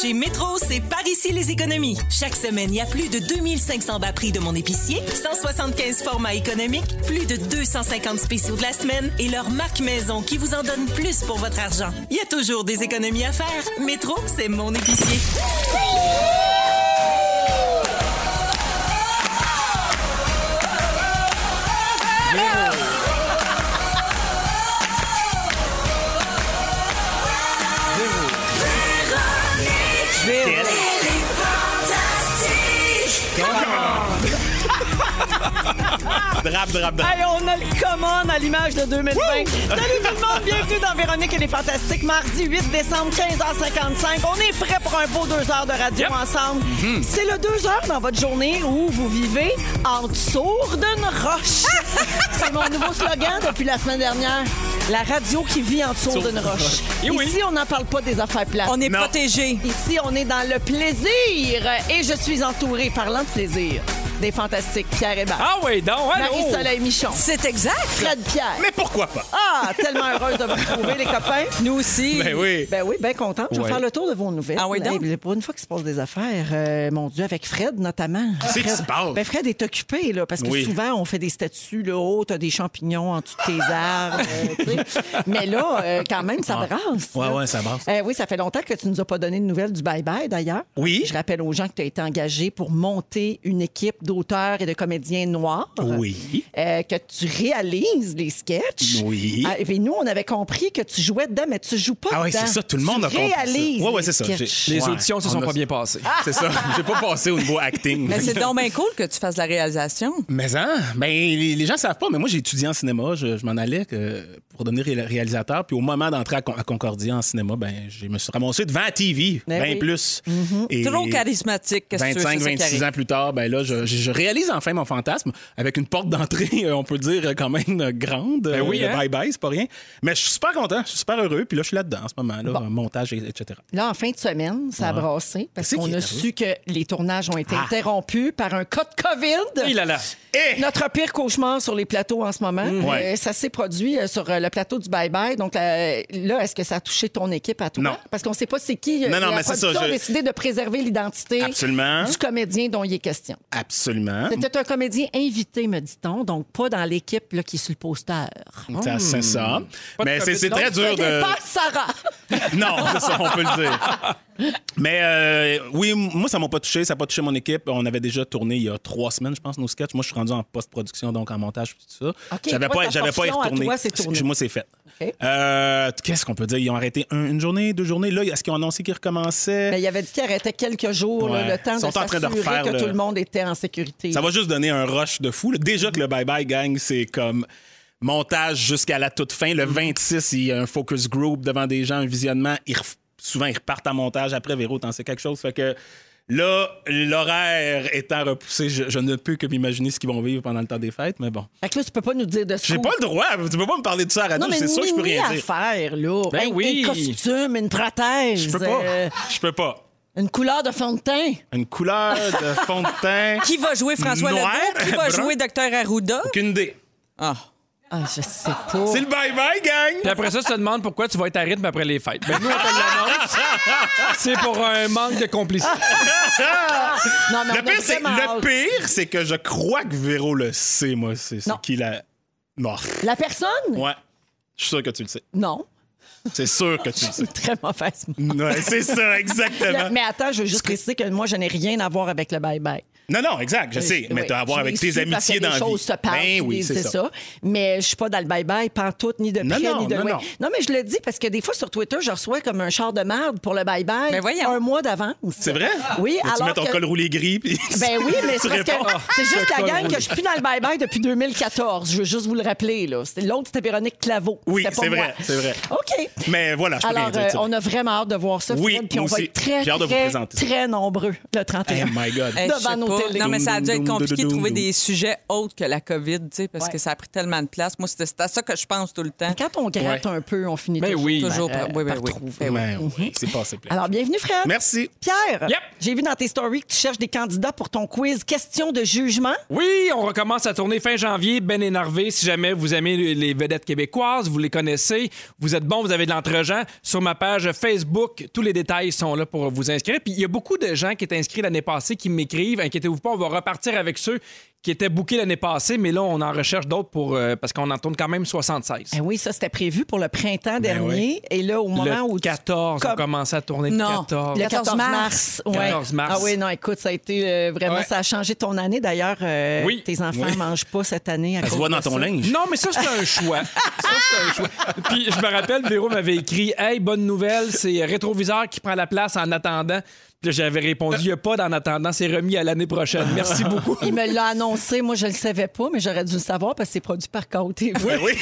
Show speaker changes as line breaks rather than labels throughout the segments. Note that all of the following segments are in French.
Chez Métro, c'est par ici les économies. Chaque semaine, il y a plus de 2500 bas prix de mon épicier, 175 formats économiques, plus de 250 spéciaux de la semaine et leur marque maison qui vous en donne plus pour votre argent. Il y a toujours des économies à faire. Métro, c'est mon épicier.
Drap, drap, drap.
Hey, on a le commande à l'image de 2020. Salut tout le monde, bienvenue dans Véronique et les Fantastiques. Mardi 8 décembre, 15h55. On est prêt pour un beau deux heures de radio
Yep. Hmm.
ensemble. C'est le deux heures dans votre journée où vous vivez en dessous d'une roche. C'est mon nouveau slogan depuis la semaine dernière. La radio qui vit en dessous d'une roche.
Eh oui.
Ici, on n'en parle pas des affaires plates.
On est
Non.
protégé.
Ici, on est dans le plaisir. Et je suis entourée, parlant de plaisir, des Fantastiques Pierre Hébert,
Ah oui, donc, allô.
Marie-Soleil Michon.
C'est exact.
Fred Pierre.
Mais pourquoi pas?
Ah, tellement heureuse de vous retrouver, les copains.
Nous aussi.
Ben oui.
Ben oui, bien content. Je vais
Ouais.
faire le tour de vos nouvelles.
Ah oui, donc?
Hey, pour une fois qu'il se passe des affaires, euh, mon Dieu, avec Fred notamment.
Qu'est-ce qui
Fred-
se passe?
Ben Fred est occupé, là, parce que
Oui.
souvent, on fait des statues, là, oh, t'as des champignons en dessous de tes arbres. euh, tu sais. Mais là, euh, quand même, ça brasse.
Ah. Ouais,
là.
ouais, ça brasse.
Euh, oui, ça fait longtemps que tu nous as pas donné de nouvelles du bye-bye, d'ailleurs.
Oui.
Je rappelle aux gens que tu as été engagé pour monter une équipe d'auteurs et de comédiens noirs.
Oui.
Euh, que tu réalises les sketchs.
Oui.
Ah, et puis nous, on avait compris que tu jouais dedans, mais tu joues pas
Ah oui,
dedans.
c'est ça, tout le monde
Tu
a compris ça.
réalises
Ouais, ouais,
les
c'est ça, j'ai-
sketchs.
les-
Les
Ouais,
auditions se
on
sont
a-
pas bien passées.
C'est ça. J'ai pas passé au niveau acting.
Mais c'est donc bien cool que tu fasses de la réalisation.
Mais hein, ben, les, les gens savent pas, mais moi j'ai étudié en cinéma, je, je m'en allais que- pour devenir ré- réalisateur, puis au moment d'entrer à, Con- à Concordia en cinéma, ben, je me suis ramassé devant la TV,
Ben
ben,
oui.
plus. Et
Trop Mhm. charismatique. Qu'est-ce que tu veux,
25,
c'est ça qui
26
arrive.
ans plus tard, ben là, je, je- je réalise enfin mon fantasme avec une porte d'entrée, euh, on peut dire, euh, quand même euh, grande.
Ben oui, hein?
bye-bye, c'est pas rien. Mais je suis super content, je suis super heureux, puis là, je suis là-dedans en ce moment-là, en montage, et- etc.
Là, en fin de semaine, ça a brassé parce
C'est
qu'on
qui Ah
a
est
su que les tournages ont été interrompus par un cas de COVID.
Il là là.
Eh! Mm.
Notre pire cauchemar sur les plateaux en ce moment.
Ouais.
Euh, ça s'est produit euh, sur euh, le plateau du Bye Bye. Donc euh, là, est-ce que ça a touché ton équipe à toi?
Non.
Parce qu'on ne sait pas c'est qui. euh,
Non, non,
la
mais c'est ça,
production a
je-
décidé de préserver l'identité
Absolument.
du comédien dont il est question.
Absolument.
C'était un comédien invité, me dit-on, donc pas dans l'équipe là, qui est sur le poster.
Ça, C'est ça.
Hmm. Pas de
Mais c'est
COVID.
c'est très
Donc,
dur
c'était
de.
pas Sarah.
Non, c'est ça, on peut le dire. Mais euh, oui, m- moi, ça m'a pas touché. Ça n'a pas touché mon équipe. On avait déjà tourné il y a trois semaines, je pense, nos sketchs. Moi, je suis rendu en post-production, donc en montage, puis tout ça.
OK,
j'avais
toi,
pas,
ta
j'avais pas à y
portion à
retourner.
toi, c'est tourné.
Chez moi, c'est fait.
OK.
Euh, Qu'est-ce qu'on peut dire? Ils ont arrêté un- une journée, deux journées. Là, est-ce qu'ils ont annoncé qu'ils recommençaient?
Mais il avait dit qu'il arrêtait quelques jours là,
Ouais.
le temps
Ils sont
de
en train de
s'assurer
refaire
que
le-
tout le monde était en sécurité.
Ça va juste donner un rush de fou. là. Déjà que le Bye Bye Gang, c'est comme montage jusqu'à la toute fin. Le
Mm-hmm.
26, il y a un focus group devant des gens, un visionnement. Ils ref- Souvent, ils repartent en montage. Après, Véro, t'en sais quelque chose. Fait que là, l'horaire étant repoussé, je, je ne peux que m'imaginer ce qu'ils vont vivre pendant le temps des fêtes. Mais bon,
Fait que là, tu peux pas nous dire de ce
Oh.
j'ai
coup.
pas le droit. Tu peux pas me parler de ça à la
Non,
radio.
mais
C'est sûr que je peux
mini
rien dire.
affaire, là.
Ben
un,
oui.
Un costume, une prothèse.
Je peux pas.
euh,
Je peux pas.
une couleur de fond de teint.
Une couleur de fond de teint.
Qui va jouer François
Noir,
Legault? Qui va
brun.
jouer Dr. Arruda?
Aucune idée.
Ah.
Ah, je sais pas.
C'est le Bye Bye Gang!
Puis après ça, tu te demandes pourquoi tu vas être à rythme après les fêtes. Ben nous, on te l'annonce. C'est pour un manque de complicité.
Non, mais
Le
on a
pire, c'est,
vraiment
le
hâte.
pire, c'est que je crois que Véro le sait, moi. C'est, c'est
Non.
qui la. Non.
La personne?
Ouais. Je suis sûr que tu le sais.
Non.
C'est sûr que tu le sais.
Très mauvaise
Ouais, c'est ça, exactement.
Le- Mais attends, je veux juste préciser que moi, je n'ai rien à voir avec le bye-bye.
Non, non, exact, je sais. Mais
Oui,
t'as à voir
je
avec tes
l'ai su parce
amitiés
que
dans la
les choses
vie.
se parlent,
Ben
puis
oui,
les-
c'est ça.
Mais je suis pas dans le bye-bye, pantoute, ni de
Non,
près,
non,
ni de
non,
loin.
non.
mais je le dis parce que des fois, sur Twitter, je reçois comme un char de marde pour le bye-bye
Mais voyons.
un mois d'avance.
C'est vrai?
Oui,
Là, Tu
alors
mets ton
que-
col roulé gris, puis.
Ben oui, mais
tu
c'est parce que
réponds. Ah,
c'est juste la
col
gang
roulé.
que je suis plus dans le bye-bye depuis 2014. Je veux juste vous le rappeler. là. C'était- L'autre, c'était Véronique Claveau.
Oui,
C'était pas
c'est
moi.
vrai, c'est vrai.
OK.
Mais voilà, je peux
Alors,
rien dire.
euh,
tu sais.
on a vraiment hâte de voir ça,
Oui,
Fred, puis
moi
on va
aussi.
être très,
J'ai hâte de vous
très,
présenter ça.
très nombreux le 31.
Oh my God.
Hey, Euh, je
devant
sais
nos
pas. c'est- non, mais ça a dû être compliqué de trouver
Doum, doum,
des sujets autres que la COVID, tu sais, parce
Ouais.
que ça a pris tellement de place. Moi, c'était c'était à ça que je pense tout le temps.
Quand on gratte un peu, on finit
Ben
toujours,
oui.
par,
Toujours
euh,
par- oui, ben
par
oui.
trouver.
Ben oui.
Ben oui, c'est passé plein.
Mhm. Alors, bienvenue, Fred.
Merci.
Pierre,
Yep.
j'ai vu dans tes stories que tu cherches des candidats pour ton quiz question de jugement.
Oui, on recommence à tourner fin janvier, ben énervé. Si jamais vous aimez les- les vedettes québécoises, vous les connaissez, vous êtes bon, vous avez de l'entre-gens. Sur ma page Facebook, tous les détails sont là pour vous inscrire. Puis il y a beaucoup de gens qui étaient inscrits l'année passée qui m'écrivent. Inquiétez-vous pas, on va repartir avec ceux qui étaient bookés l'année passée, mais là, on en recherche d'autres pour euh, parce qu'on en tourne quand même 76.
Ben oui, ça, c'était prévu pour le printemps dernier. Et là, au moment où.
Ben Le
tu-
14, on
comme-
commence à tourner le
Non.
14.
Le 14
14
mars.
mars.
ouais.
14 mars.
Ah oui, non, écoute, ça a été euh, vraiment,
Ouais.
ça a changé ton année. D'ailleurs, euh,
Oui.
tes enfants ne mangent pas cette année. À
Ça se
cause
voit
de
dans ton
ça.
linge.
Non, mais ça, c'est un choix. Ça, c'est un choix. Puis je me rappelle, Véro m'avait écrit Hey, bonne nouvelle, c'est Rétroviseur qui prend la place en attendant. Puis là, j'avais répondu Il n'y a pas d'en attendant, c'est remis à l'année prochaine. Merci beaucoup.
Il me l'a annoncé. Moi, je ne le savais pas, mais j'aurais dû le savoir parce que c'est produit par Côté. Oui, oui.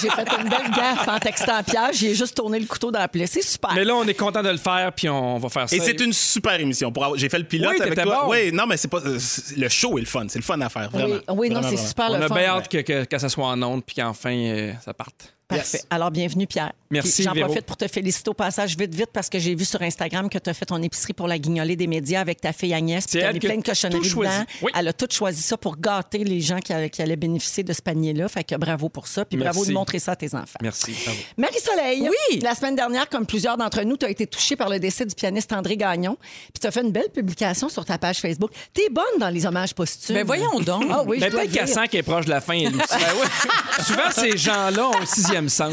j'ai fait une belle gaffe en textant Pierre. J'ai juste tourné le couteau dans la plaie. C'est super.
Mais là, on est content de le faire, puis on va faire ça.
Et c'est une super émission. Pour avoir- J'ai fait le pilote
Oui,
avec
t'étais
toi.
bon.
Oui, non, mais c'est pas. euh, c'est- Le show est le fun. C'est le fun à faire, vraiment.
oui, oui, non,
Vraiment,
c'est
vraiment.
super
On
le
a
fun.
bien hâte que, que- que ça soit en onde, puis qu'enfin, euh, ça parte.
Parfait.
Yes.
Alors, bienvenue, Pierre.
Merci,
Puis J'en
Véro.
profite pour te féliciter au passage vite, vite, parce que j'ai vu sur Instagram que tu as fait ton épicerie pour la guignolée des médias avec ta fille Agnès.
C'est
Tu as
elle
mis
qui a
plein de cochonneries
tout choisi.
dedans.
Oui.
Elle a tout choisi ça pour gâter les gens qui, qui allaient bénéficier de ce panier-là. Fait que bravo pour ça. Puis bravo
Merci.
de montrer ça à tes enfants.
Merci. bravo.
Marie-Soleil,
Oui.
la semaine dernière, comme plusieurs d'entre nous, tu as été touchée par le décès du pianiste André Gagnon. Puis tu as fait une belle publication sur ta page Facebook. T'es bonne dans les hommages posthumes.
Ben, voyons donc.
Ah oui, je
Mais
dois
peut-être
dire.
qu'à 100 qui est proche de la fin, elle aussi.
Ben
Souvent, ces gens-là ont un sixième sens.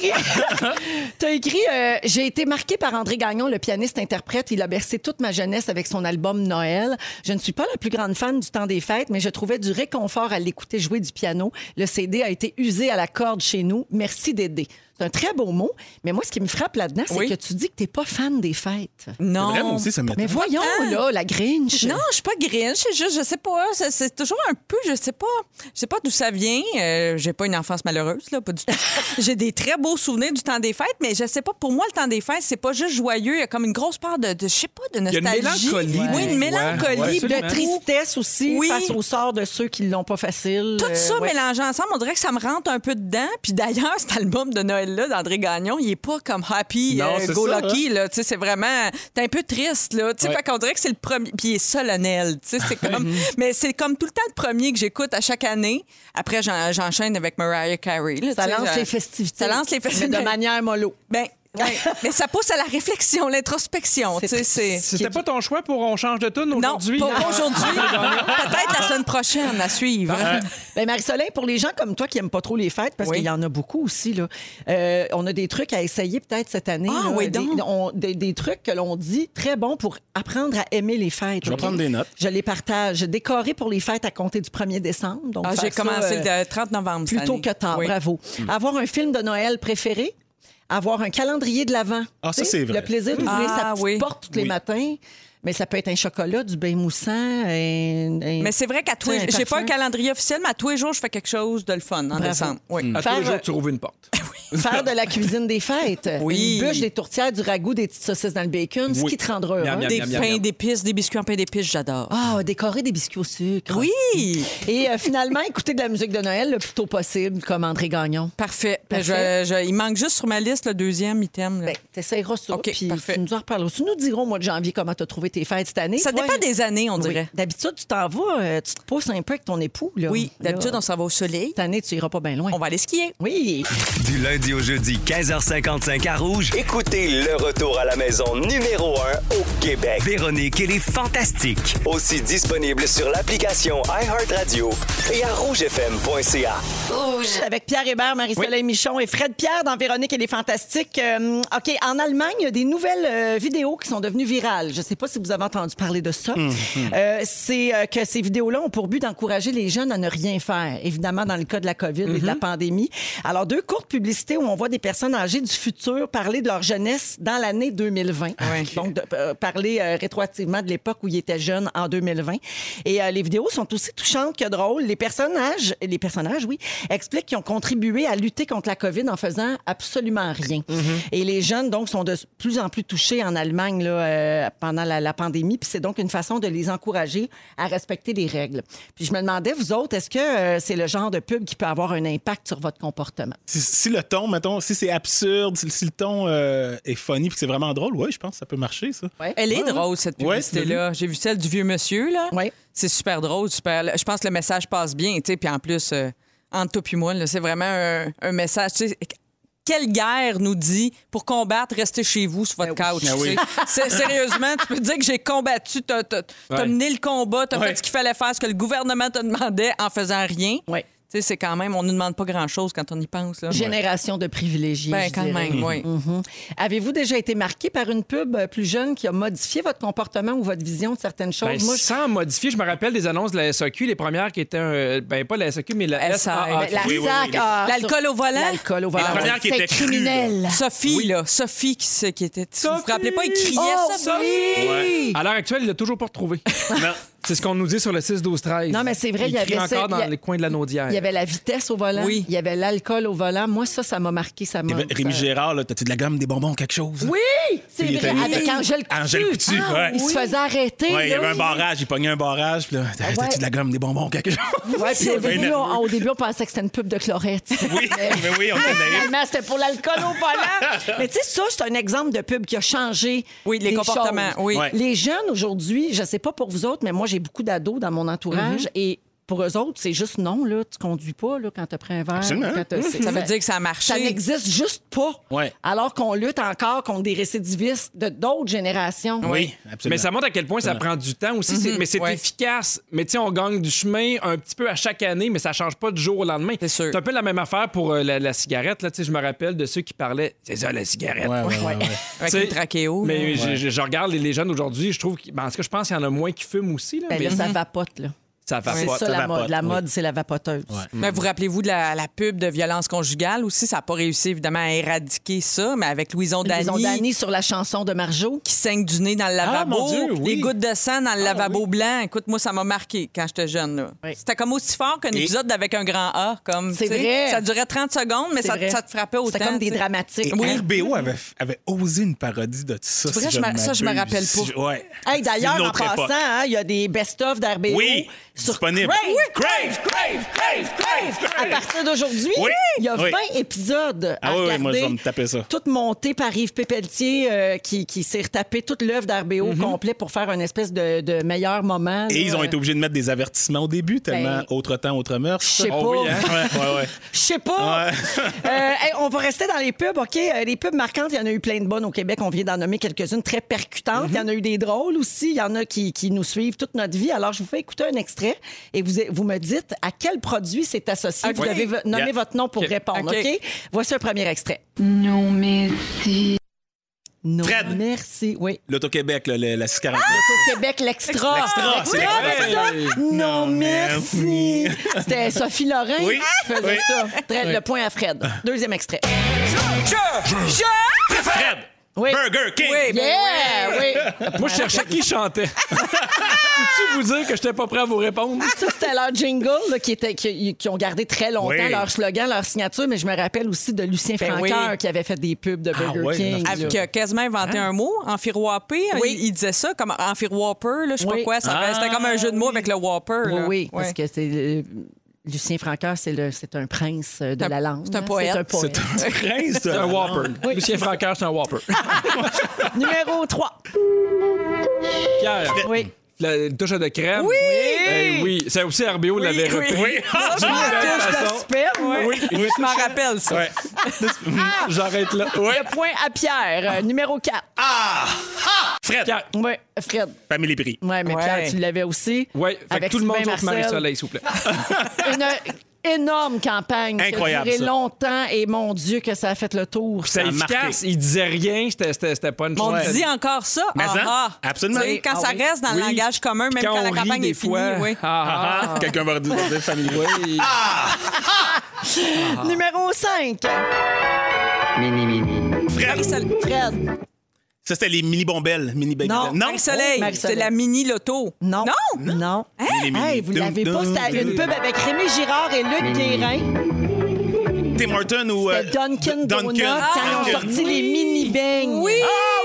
T'as écrit euh, J'ai été marqué par André Gagnon, le pianiste-interprète. Il a bercé toute ma jeunesse avec son album Noël. Je ne suis pas la plus grande fan du temps des fêtes, mais je trouvais du réconfort à l'écouter jouer du piano. Le CD a été usé à la corde chez nous. Merci d'aider. C'est un très beau mot, mais moi, ce qui me frappe là-dedans, c'est
Oui.
que tu dis que t'es pas fan des fêtes.
Non.
Vraiment aussi, ça
Mais
m'étonne.
voyons,
Hein?
là, la Grinch.
Non, je suis pas grinch, c'est juste, je sais pas, c'est- c'est toujours un peu, je sais pas, je sais pas d'où ça vient. euh, j'ai pas une enfance malheureuse, là, pas du tout. j'ai des très beaux souvenirs du temps des fêtes, mais je sais pas, pour moi, le temps des fêtes, c'est pas juste joyeux, il y a comme une grosse part de, de- je sais pas, de
y a une
nostalgie.
mélancolie,
Oui,
des
une mélancolie.
fois. Ouais,
de
De
absolument.
tristesse aussi
Oui.
face au sort de ceux qui l'ont pas facile.
tout
Euh,
ça
ouais.
mélangé ensemble, on dirait que ça me rentre un peu dedans. Puis d'ailleurs, cet album de Noël-là d'André Gagnon, il est pas comme happy,
Non,
euh,
c'est
go
ça,
lucky. là. Tu sais, C'est vraiment. T'es un peu triste. Là. Tu sais,
Ouais.
Fait qu'on dirait que c'est le premier. Puis il est solennel. tu sais, c'est comme... Mais c'est comme tout le temps le premier que j'écoute à chaque année. Après, j'en- j'enchaîne avec Mariah Carey. là,
Ça
tu sais,
lance
j'en-
les festivités.
Ça lance les
Mais
festivités.
de manière mollo.
Ben, ouais. Mais ça pousse à la réflexion, l'introspection.
C'est
tu sais, C'est.
C'était pas ton choix pour On change de tune
Non,
aujourd'hui?
pas aujourd'hui. Peut-être la semaine prochaine à suivre.
Ben Marie-Soleil, pour les gens comme toi qui n'aiment pas trop les fêtes, parce
Oui.
qu'il y en a beaucoup aussi, là, euh, on a des trucs à essayer peut-être cette année.
Ah,
là,
oui,
des,
donc.
on- des- des trucs que l'on dit très bons pour apprendre à aimer les fêtes.
Je vais
OK?
prendre des notes.
Je les partage. Décorer pour les fêtes à compter du 1er décembre. Donc
Ah,
faire
J'ai
ça,
commencé
euh,
le 30 novembre. cette
Plutôt
année.
que tard,
Oui.
bravo.
Hmm.
Avoir un film de Noël préféré, avoir un calendrier de l'Avent.
Ah, ça,
Tu sais,
c'est vrai.
Le plaisir d'ouvrir
Ah,
sa petite
oui.
porte tous les
Oui.
matins. Mais ça peut être un chocolat, du bain moussant. un- un-
Mais c'est vrai qu'à tous
Tu sais, un
les j'ai pas
parfum.
un calendrier officiel, mais à tous les jours, je fais quelque chose de le fun en décembre. Oui. Ah,
À
Faire-
tous les jours, tu rouvres une porte.
Faire de la cuisine des fêtes.
Oui.
Une bûche, des tourtières, du ragoût, des petites saucisses dans le bacon, ce
Oui.
qui te rendra heureux.
Miam, miam,
Des
miam, miam,
pains
miam.
d'épices, des biscuits en pain d'épices, j'adore. Ah,
Ah, décorer des biscuits au sucre.
Oui!
Et euh, finalement, écouter de la musique de Noël le plus tôt possible, comme André Gagnon.
Parfait.
Parfait.
Ben, Je- je- il manque juste sur ma liste le deuxième item. là.
Ben, t'essayeras ça,
OK,
puis
parfait.
tu nous en reparleras. Tu nous diras au mois de janvier comment t'as trouvé tes fêtes cette année.
ça
Toi,
dépend des années, on
Oui.
dirait.
D'habitude, tu t'en vas, euh, tu te pousses un peu avec ton époux. Là.
Oui, d'habitude,
Là,
on s'en va au soleil.
Cette année, tu iras pas bien loin.
On va aller skier.
Oui.
Du lundi au jeudi, 15h55 à Rouge.
Écoutez le retour à la maison numéro 1 au Québec.
Véronique, elle est fantastique.
Aussi disponible sur l'application iHeartRadio et à rougefm.ca.
Avec Pierre Hébert, Marie-Soleil Michon et Fred Pierre dans Véronique et les Fantastiques. Euh, OK, en Allemagne, il y a des nouvelles euh, vidéos qui sont devenues virales. Je ne sais pas si vous avez entendu parler de ça. Euh, c'est euh, que ces vidéos-là ont pour but d'encourager les jeunes à ne rien faire, évidemment dans le cas de la COVID et de la pandémie. Alors, deux courtes publicités où on voit des personnes âgées du futur parler de leur jeunesse dans l'année 2020.
Ouais.
Donc, de- euh, par parler euh, rétroactivement de l'époque où il était jeune en 2020. Et euh, les vidéos sont aussi touchantes que drôles. Les personnages, les personnages, oui, expliquent qu'ils ont contribué à lutter contre la COVID en faisant absolument rien.
Mm-hmm.
Et les jeunes, donc, sont de plus en plus touchés en Allemagne là, euh, pendant la, la pandémie. Puis c'est donc une façon de les encourager à respecter les règles. Puis je me demandais, vous autres, est-ce que euh, c'est le genre de pub qui peut avoir un impact sur votre comportement?
Si, si le ton, mettons, si c'est absurde, si, si le ton euh, est funny puis que c'est vraiment drôle, ouais, je pense que ça peut marcher, ça.
Elle
Ah.
est drôle, cette
Ouais, tu l'as
publicité-là. J'ai vu celle du vieux monsieur, là.
Mmh. Ouais.
C'est super drôle, super. Je pense que le message passe bien, tu sais. Puis en plus, euh, entre toi puis moi, là, c'est vraiment un, un message, tu sais, Quelle guerre nous dit pour combattre, restez chez vous sur votre
Ben
couch. tu sais. C'est- Sérieusement, tu peux dire que j'ai combattu, t'as t'as- t'as
Ouais.
mené le combat, t'as
Ouais.
fait ce qu'il fallait faire, ce que le gouvernement te demandait en faisant rien.
Ouais.
Tu sais, c'est quand même, on ne nous demande pas grand-chose quand on y pense. Là.
Génération de privilégiés.
Ben,
je
quand
dirais.
même, oui.
Mhm. Avez-vous déjà été marqué par une pub euh, plus jeune qui a modifié votre comportement ou votre vision de certaines choses?
Ben,
Moi, je-
Sans modifier, je me rappelle des annonces de la SAQ, les premières qui étaient, euh, ben pas la SAQ, mais la
SA.
SAA.
la
oui, oui,
sac,
oui.
ah,
L'alcool au volant?
L'alcool au volant.
La première qui
C'est
était crue,
criminel.
Sophie, là, Sophie qui, se- qui était. Vous vous rappelez pas, il criait
Oh,
Sophie!
Sophie!
Ouais.
À l'heure actuelle, il l'a toujours pas retrouvé.
Non.
C'est ce qu'on nous dit sur le 6-12-13.
Non, mais c'est vrai, il y
crie
avait ça,
encore
il y a-
dans les coins de la naudière.
Il y avait la vitesse au volant.
Oui.
Il y avait l'alcool au volant. Moi, ça, ça m'a marqué. Ça m'a.
Rémi
ça-
Gérard, là, t'as-tu de la gomme, des bonbons, quelque chose? Oui!
C'est
Il
vrai,
était-
avec Angèle Coutu.
Angèle Coutu,
Ah,
ouais.
Il se faisait arrêter.
Ouais, il y
là.
avait un barrage, il pognait un barrage, puis là, t'as- t'as-tu
ouais.
de la gomme, des bonbons, quelque chose?
Ouais, puis au,
Ben,
début,
nerveux.
on, au début, on pensait que c'était une pub de chlorette.
Oui, mais oui, on est naïf.
Finalement, c'était pour l'alcool au volant. Mais tu sais, ça, c'est un exemple de pub qui a changé.
Oui, les
des
comportements,
choses.
oui.
Ouais.
Les jeunes aujourd'hui, je sais pas pour vous autres, mais moi, j'ai beaucoup d'ados dans mon entourage et. Pour eux autres, c'est juste non, là, tu conduis pas là, quand tu pris un verre.
Absolument.
quand t'as- c'est-
Ça veut dire que ça a
Mm-hmm. Ça
marché.
n'existe juste pas.
Ouais.
Alors qu'on lutte encore contre des récidivistes de d'autres générations.
Oui, absolument.
Mais ça montre à quel point ça prend du temps aussi.
Mhm.
c'est- Mais c'est
ouais.
efficace. Mais tu sais, on gagne du chemin un petit peu à chaque année, mais ça change pas du jour au lendemain.
C'est sûr.
un peu la même affaire pour euh, la, la cigarette. Là, Tu sais, je me rappelle de ceux qui parlaient C'est ça, la cigarette.
Ouais, ouais, ouais, ouais.
Avec
Tu sais,
une trachéo.
Mais
là.
je- je, je regarde les, les jeunes aujourd'hui, je trouve. que- ben, en tout cas, je pense qu'il y en a moins qui fument aussi. Là,
Ben
mais
là, ça vapote, là.
ça va
C'est
pas.
ça,
ça
la
vapote,
mode. La
oui.
mode, c'est la vapoteuse.
Mais vous rappelez-vous de la, la pub de violence conjugale aussi? Ça n'a pas réussi, évidemment, à éradiquer ça, mais avec Louison
Ils ont
Dany
Dany Ah, sur la chanson de Marjo.
qui saigne du nez dans le lavabo,
mon Dieu, oui.
les gouttes de sang dans le lavabo blanc. Écoute, moi, ça m'a marqué quand j'étais jeune. là.
Ah, Oui.
C'était comme aussi fort qu'un épisode avec un grand A. comme
C'est
tu sais.
vrai.
Ça durait 30 secondes, mais
C'est
ça,
vrai.
ça te frappait autant.
C'était comme des
tu sais.
dramatiques.
Et RBO avait, avait osé une parodie de tout ça.
C'est vrai,
si
je me-
ne
ça, je me
m'abuse.
rappelle pas.
Si- ouais.
Hey,
C'est
D'ailleurs,
une
en
autre
passant,
époque.
hein, il y a des best-of d'RBO
Oui,
sur
disponible.
Crave.
Oui, Crave, Crave, Crave, Crave,
À partir d'aujourd'hui,
Oui,
il y a 20
oui.
épisodes à
Ah oui, oui,
regarder.
moi, je vais me taper ça.
Toute montée par Yves Pépeltier euh, qui, qui s'est retapé toute l'œuvre d'RBO complet pour faire une espèce de, de meilleur moment.
Mm-hmm. Et
là.
ils ont été obligés de mettre des avertissements au début, tellement
Euh, Ben,
autre temps, autre mœurs.
Je sais pas.
Oh oui, hein?
Ouais, ouais, ouais.
Je sais pas.
Ouais.
Euh, hey, on va rester dans les pubs, OK? Euh, Les pubs marquantes, il y en a eu plein de bonnes au Québec. On vient d'en nommer quelques-unes très percutantes. Il y en a eu des drôles aussi. Il y en a qui, qui nous suivent toute notre vie. Alors, je vous fais écouter un extrait et vous, vous me dites à quel produit c'est associé. Vous
OK.
devez v- nommer
Yeah.
votre nom pour
OK.
répondre, OK?
OK.
Voici un premier extrait.
Non, merci.
Non,
Fred.
merci. Oui.
L'Auto-Québec, là, le- la cigarette.
Au Québec, l'extra.
L'extra, c'est
Écoutez,
l'extra.
ça. Non,
Non,
merci. C'était Sophie Lorrain
Oui.
qui faisait
Oui. Ah.
ça. Très- Le point à Fred. Deuxième extrait.
Fred!
Oui.
Burger King!
Eh
Oui, ben
Yeah, oui.
Moi, je cherchais qui chantait. Peux-tu vous dire que j'étais pas prêt à vous répondre?
Ça, c'était leur jingle là, qui, était, qui, qui ont gardé très longtemps,
Oui.
leur slogan, leur signature, mais je me rappelle aussi de Lucien
Ben
Franqueur
oui.
qui avait fait des pubs de
Ah
Burger
ouais,
King.
non,
là.
c'est
Avec, euh, quasiment inventé un mot, enfiroapé.
Hein? Oui.
Il, il disait ça comme enfiroaper, là, je sais
Oui. Ah,
pas quoi. ça fait- C'était comme un jeu de mots avec le whopper.
oui,
là.
oui,
Ouais.
parce que c'est le- Lucien Franqueur, c'est le- c'est un prince euh, de
C'est un-
la langue.
c'est un
hein.
poète.
C'est un poète.
C'est un prince,
C'est
ça.
un Whopper. Lucien Francaire, c'est un Whopper.
Numéro 3.
Pierre.
Oui.
La une touche de crème.
Oui!
Eh oui. Ça aussi, RBO l'avait
oui.
repris.
Oui. Ah,
D'une
Ah,
belle
touche de
façon.
sperme.
Oui.
Oui, Je m'en rappelle, ça.
Ouais.
Ah!
J'arrête là.
Le point à Pierre. euh, numéro 4.
Ah.
Ah!
Ah! Fred!
Pierre.
Oui, Fred.
Famille Prix.
Oui, mais
Ouais.
Pierre, tu l'avais aussi.
Oui, fait que
Avec
tout le monde
Sylvain
sauf
Marcel.
Marie-Soleil, s'il vous plaît.
Une énorme campagne
Incroyable,
qui a duré
ça.
longtemps et mon Dieu que ça a fait le tour.
C'était
a marqué.
efficace. Il disait rien. C'était- C'était c'était pas une
On
chose.
dit encore ça.
Mais
ah,
ça,
ah.
absolument.
Tu sais, Quand
Ah
ça reste dans le
Oui.
langage commun, même quand,
Quand
la
on rit
campagne
des
est finie.
fois.
oui.
Ah, ah.
Quelqu'un va dire Famille Ah, Prix.
Oui.
Numéro 5.
Fred!
Marie-Soleil-
Fred.
Ça, c'était les mini bombelles. Mini baby
Non.
bell. non.
Marie-Soleil,
Marie-Soleil.
c'est la mini-loto.
Non. Non.
Hein?
Les mini-
Hey, vous
Dum,
l'avez
dum,
pas, c'était
dum.
une pub avec Rémi Girard et Luc Guérin.
Tim Horton ou. euh,
C'était Dunkin'
D-
Donuts.
Ah,
Quand ils ont
Dunkin'.
sorti les mini-beignes.
Oui!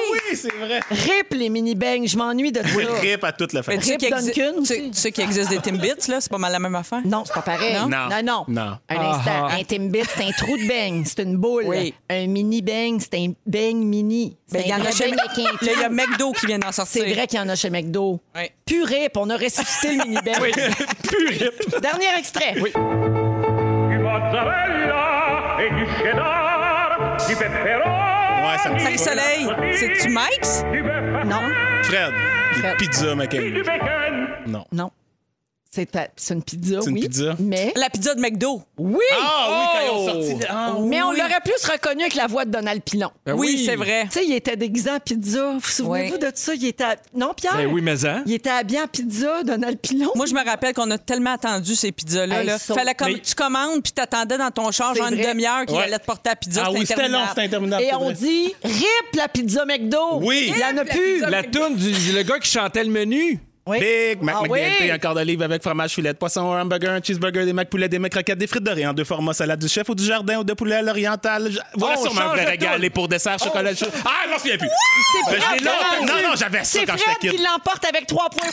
Oui, c'est vrai.
Rip les mini-beignes, je m'ennuie de
Oui,
ça.
rip à toute la
Mais
famille.
tu sais
Rip
qu'il exi-
Duncan
tu sais-
aussi.
tu sais qu'il existe des Timbits, là, c'est pas mal la même affaire.
Non, c'est pas pareil.
Non?
Non.
non.
Non.
Un
Ah,
instant.
ah.
Un Timbit, c'est un trou de beigne. C'est une boule.
Oui.
Un mini-beigne, c'est un beigne mini.
Ben,
C'est
il y
un
en a
vrai
chez
beigne avec un
Il y a
trou.
McDo qui vient d'en sortir.
C'est vrai qu'il y en a chez McDo.
Oui.
Plus rip, on a ressuscité le mini-beigne.
Plus rip.
Dernier extrait.
Ouais, ça me dit.
Marie-Soleil, c'est-tu Mike's?
Non,
Fred.
Fred.
Pizza McKay. Non.
non. C'est ta- c'est une pizza,
C'est une
oui.
pizza.
Mais,
La pizza de McDo.
oui,
Ah oui, quand ils ont
Oh!
sorti. le- Ah,
mais on l'aurait plus reconnu avec la voix de Donald Pilon.
Ben
oui, c'est vrai.
Tu sais, il était déguisé en pizza. Vous vous souvenez-vous de ça? Il était... à- Non, Pierre?
Ben oui, mais hein.
Il était habillé en pizza, Donald Pilon.
Moi, je me rappelle qu'on a tellement attendu ces pizzas-là.
Hey,
là.
sauf-
Fallait comme
Mais-
tu commandes puis t'attendais dans ton char
C'est
genre une
vrai.
demi-heure qu'il
Ouais.
allait te porter la pizza.
Ah oui, c'était long,
interminable.
c'était interminable.
Et
c'est
on
vrai.
dit RIP la pizza McDo.
Oui.
Il y en a
Rip la
plus.
pizza
La
McDo.
toune du le gars qui chantait le menu.
Oui.
Big Mac
Ah
McDLT,
oui.
un quart d'olive avec fromage, filet de poisson, un hamburger, un cheeseburger, des macs poulets, des macs croquettes, des frites dorées en deux formats, salade du chef ou du jardin ou de poulet à l'oriental. Je- Voilà
On
sûrement un
change
vrai
de
régal.
tour.
Et pour dessert, chocolat chaud. Ah, je m'en souviens plus.
C'est
Ben, je l'ai
Fred
là.
qui l'a
Non,
rendu.
non, j'avais ça
C'est
quand
Fred
j'étais kid.
qui l'emporte avec trois points.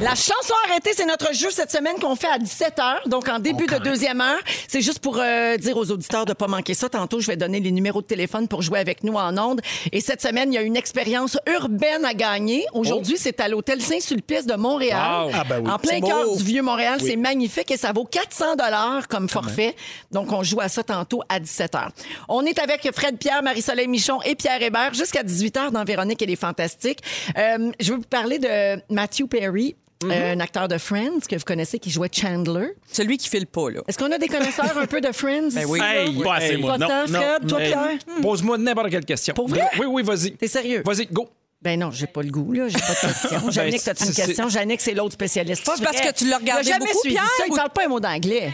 La chanson arrêtée, c'est notre jeu cette semaine qu'on fait à 17h, donc en début de deuxième heure. C'est juste pour euh, dire aux auditeurs de ne pas manquer ça. Tantôt, je vais donner les numéros de téléphone pour jouer avec nous en ondes. Et cette semaine, il y a une expérience urbaine à gagner. Aujourd'hui, c'est à l'hôtel Saint-Sulpice de Montréal.
Wow.
Oh. Ah ben oui.
En plein
C'est beau.
cœur du vieux Montréal, c'est magnifique et ça vaut 400 dollars comme forfait. Donc on joue à ça tantôt à 17h. On est avec Fred Pierre, Marie-Soleil Michon et Pierre Hébert jusqu'à 18h dans Véronique et les Fantastiques. Euh, je veux vous parler de Matthew Perry. euh, un acteur de Friends que vous connaissez qui jouait Chandler.
Celui qui file pas, là.
Est-ce qu'on a des connaisseurs un peu de Friends?
Ben
ici,
oui.
là?
Hey, pas assez, moi.
Pas
Ben Non,
tant,
non.
Fred, toi,
Hey,
Pierre? hmm.
Pose-moi n'importe quelle question.
Pour vrai?
Oui, oui, vas-y.
T'es sérieux?
Vas-y, go.
Ben non, j'ai pas le goût, là. J'ai pas de question. Jannick, t'as-tu une
c'est-
question? Jannick, c'est l'autre spécialiste. Pas
C'est parce
vrai.
que tu l'as regardé
Il a jamais
beaucoup,
suivi
Pierre,
ça. Il
ou-
parle pas un mot d'anglais.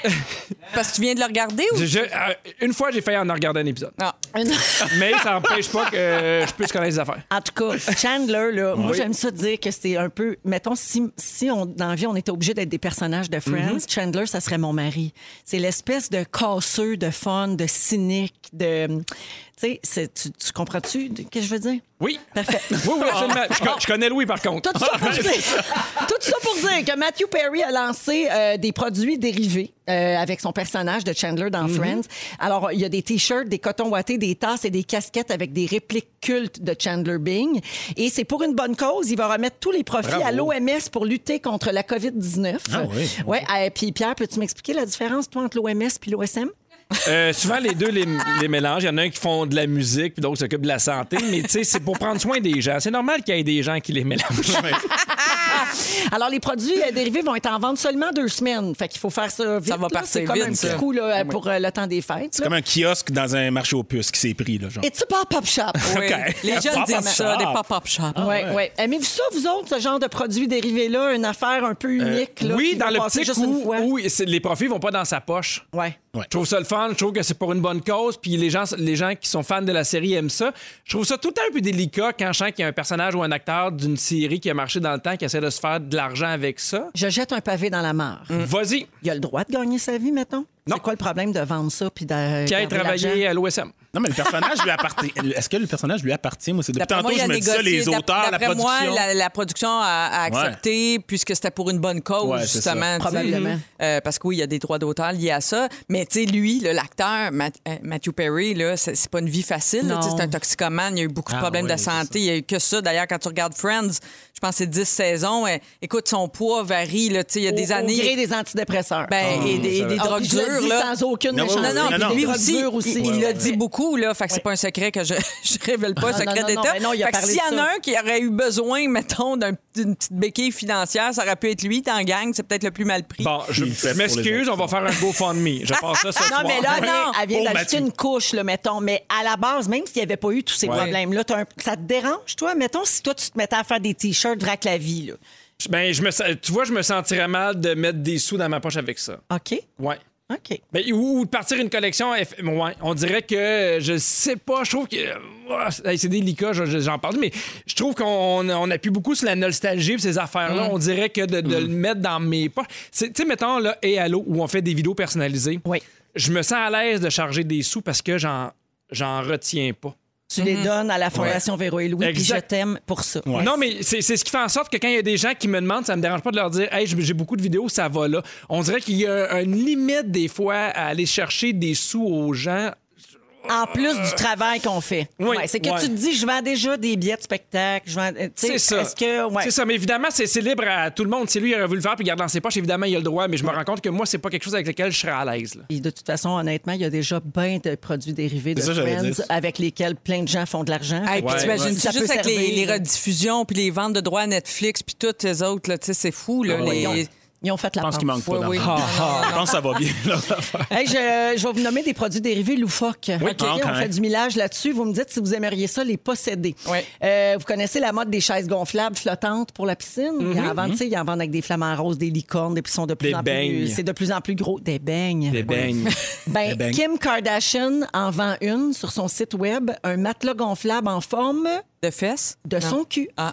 Parce que tu viens de le regarder ou...
Je- je- euh, une fois, j'ai failli en regarder un épisode.
Ah.
Mais ça n'empêche pas que euh, je puisse connaître les affaires.
En tout cas, Chandler, là, moi, j'aime ça dire que c'est un peu. Mettons, si, si on, dans la vie, on était obligé d'être des personnages de Friends, Chandler, ça serait mon mari. C'est l'espèce de casseux, de fun, de cynique, de. Tu sais, c'est- tu, tu comprends-tu de- ce que je veux dire?
Oui.
Parfait.
Oui, oui, absolument. Je, co- je connais Louis, par contre.
Tout ça, pour dire, tout ça pour dire que Matthew Perry a lancé euh, des produits dérivés euh, avec son personnage de Chandler dans Friends. Alors, il y a des t-shirts, des cotons ouatés, des tasses et des casquettes avec des répliques cultes de Chandler Bing. Et c'est pour une bonne cause. Il va remettre tous les profits à l'OMS pour lutter contre la COVID-19.
Ah oui.
Ouais, euh, puis Pierre, peux-tu m'expliquer la différence toi, entre l'OMS puis l'OSM?
Euh, souvent, les deux les, les mélangent. Il y en a un qui font de la musique, puis d'autres s'occupent de la santé. Mais tu sais, c'est pour prendre soin des gens. C'est normal qu'il y ait des gens qui les mélangent.
Alors, les produits euh, dérivés vont être en vente seulement deux semaines. Fait qu'il faut faire ça vite.
Ça va
là.
partir
C'est comme
vite,
un petit
ça.
coup là, euh, pour euh, le temps des fêtes. là.
Comme un kiosque dans un marché aux puces qui s'est pris, là, genre.
Et tu pars Pop Shop.
Oui.
Ok.
Les jeunes
Pop-up
disent ça,
shop.
des pop-up shops.
Oui, oui. Aimez-vous ça, vous autres, ce genre de produit dérivés-là, une affaire un peu unique? là,
oui,
qui
dans
va
le
passer
petit
juste une fois?
où, où c'est- les profits vont pas dans sa poche.
Ouais.
Ouais.
Je trouve ça le fun, je trouve que c'est pour une bonne cause, puis les gens, les gens qui sont fans de la série aiment ça. Je trouve ça tout le temps un peu délicat quand je sens qu'il y a un personnage ou un acteur d'une série qui a marché dans le temps, qui essaie de se faire de l'argent avec ça.
Je jette un pavé dans la mare.
Mm.
Vas-y,
Il a le droit de gagner sa vie, mettons.
Mm. Non.
C'est quoi le problème de vendre ça puis de.
qui aille
garder
travailler
l'argent?
à l'OSM.
Non, mais le personnage lui appartient. Est-ce que le personnage lui appartient? Moi, c'est depuis
D'après
tantôt,
moi, il
je
a
me dis ça,
négocié.
les
D'ap-
auteurs, la
d'après
production.
moi, la, la production a, a accepté puisque c'était pour une bonne cause,
Ouais, c'est ça.
justement. tu sais.
Probablement.
Euh, parce que oui, il y a des droits d'auteur liés à ça. Mais tu sais, lui, le- l'acteur, Math- euh, Matthew Perry, là, c'est c'est pas une vie facile. là,
Non.
tu sais, C'est un toxicomane. Il y a eu beaucoup de
Ah,
problèmes
oui,
de
c'est
santé. Il y a eu que ça. D'ailleurs, quand tu regardes Friends, je pense que c'est 10 saisons. euh, écoute, son poids varie. là, tu sais, Il y a
Au-
euh, des
au
années.
gré des antidépresseurs.
ben, et, des- et des
Ah,
drogues
puis je le
dures.
dis
là.
sans aucune
Non, non,
méchanceté.
Non, non,
non,
puis lui
non.
aussi,
Drogues dures aussi.
il il
Ouais,
l'a
ouais.
dit beaucoup, là. Fait que c'est pas un secret que je, je révèle pas
Non,
le secret
non, non, non,
d'État.
ben non, il a
Fait que
parlé
s'il y
de
en a
ça.
un qui aurait eu besoin, mettons, d'un- d'une petite béquille financière, ça aurait pu être lui, t'en gang, c'est peut-être le plus mal pris.
Bon, je,
Il fait
je
pour les
m'excuse,
autres.
on va faire un GoFundMe. Je pense ça ce
Non,
soir.
mais là,
Ouais.
non, elle vient
Oh,
d'ajouter
Mathieu.
une couche, là, mettons. Mais à la base, même s'il n'y avait pas eu tous ces
Ouais.
problèmes-là, t'as un- ça te dérange, toi? Mettons, si toi, tu te mettais à faire des T-shirts vrac la vie, là.
Ben, je me, sens- tu vois, je me sentirais mal de mettre des sous dans ma poche avec ça.
OK?
Ouais.
OK.
Ben, ou, ou de partir une collection. F- ouais, on dirait que euh, je sais pas. Je trouve que. euh, ah, c'est hey, c'est délicat, je- je- j'en parle, mais je trouve qu'on on- on appuie beaucoup sur la nostalgie et ces affaires-là. On dirait que de, de le mettre dans mes poches. C'est- Tu sais, mettons, là, et Allo, où on fait des vidéos personnalisées.
Oui.
Je me sens à l'aise de charger des sous parce que j'en, j'en retiens pas.
Tu
Mhm.
les donnes à la Fondation Véro et Louis, puis je
Exact.
t'aime pour ça.
Non, mais c'est c'est ce qui fait en sorte que quand il y a des gens qui me demandent, ça me dérange pas de leur dire, hey, j'ai j'ai beaucoup de vidéos, ça va là. On dirait qu'il y a une limite des fois à aller chercher des sous aux gens
En plus du travail qu'on fait.
Oui,
Ouais, c'est que
ouais.
tu te dis, je vends déjà des billets de spectacle. Je vends, euh, tu sais,
C'est ça.
Est-ce que, ouais.
C'est ça, mais évidemment, c'est c'est libre à tout le monde. Si lui, il aurait voulu le faire puis il garde dans ses poches, évidemment, il a le droit, mais je me rends compte que moi, c'est pas quelque chose avec lequel je serais à l'aise. là.
Puis de toute façon, honnêtement, il y a déjà bien de produits dérivés de
C'est ça, j'allais
Friends
dire.
avec lesquels plein de gens font de l'argent.
Hey,
Fait
puis
que
t'imagines-tu
ça
juste
peut
avec les,
servir,
les
là.
rediffusions puis les ventes de droits à Netflix puis toutes les autres, là, tu sais, c'est fou. Là, les-
Ils ont fait la
Je pense
part.
qu'il manque pas
Oui, oui.
d'argent. Je pense que ça va bien. là.
Hey, je, je vais vous nommer des produits dérivés loufoques. OK,
Ah, quand
on fait
même.
du millage là-dessus. Vous me dites si vous aimeriez ça, les posséder.
Oui.
Euh, vous connaissez la mode des chaises gonflables flottantes pour la piscine? Ils en vendent, tu sais, ils en vendent avec des flamants roses, des licornes, des puis ils sont de plus
Mhm. Des
en
beignes.
plus. C'est de plus en plus gros. Des beignes.
Des beignes.
Ben,
Des beignes.
Kim Kardashian en vend une sur son site web, un matelas gonflable en forme
de fesses.
de
Non.
son cul.
Ah.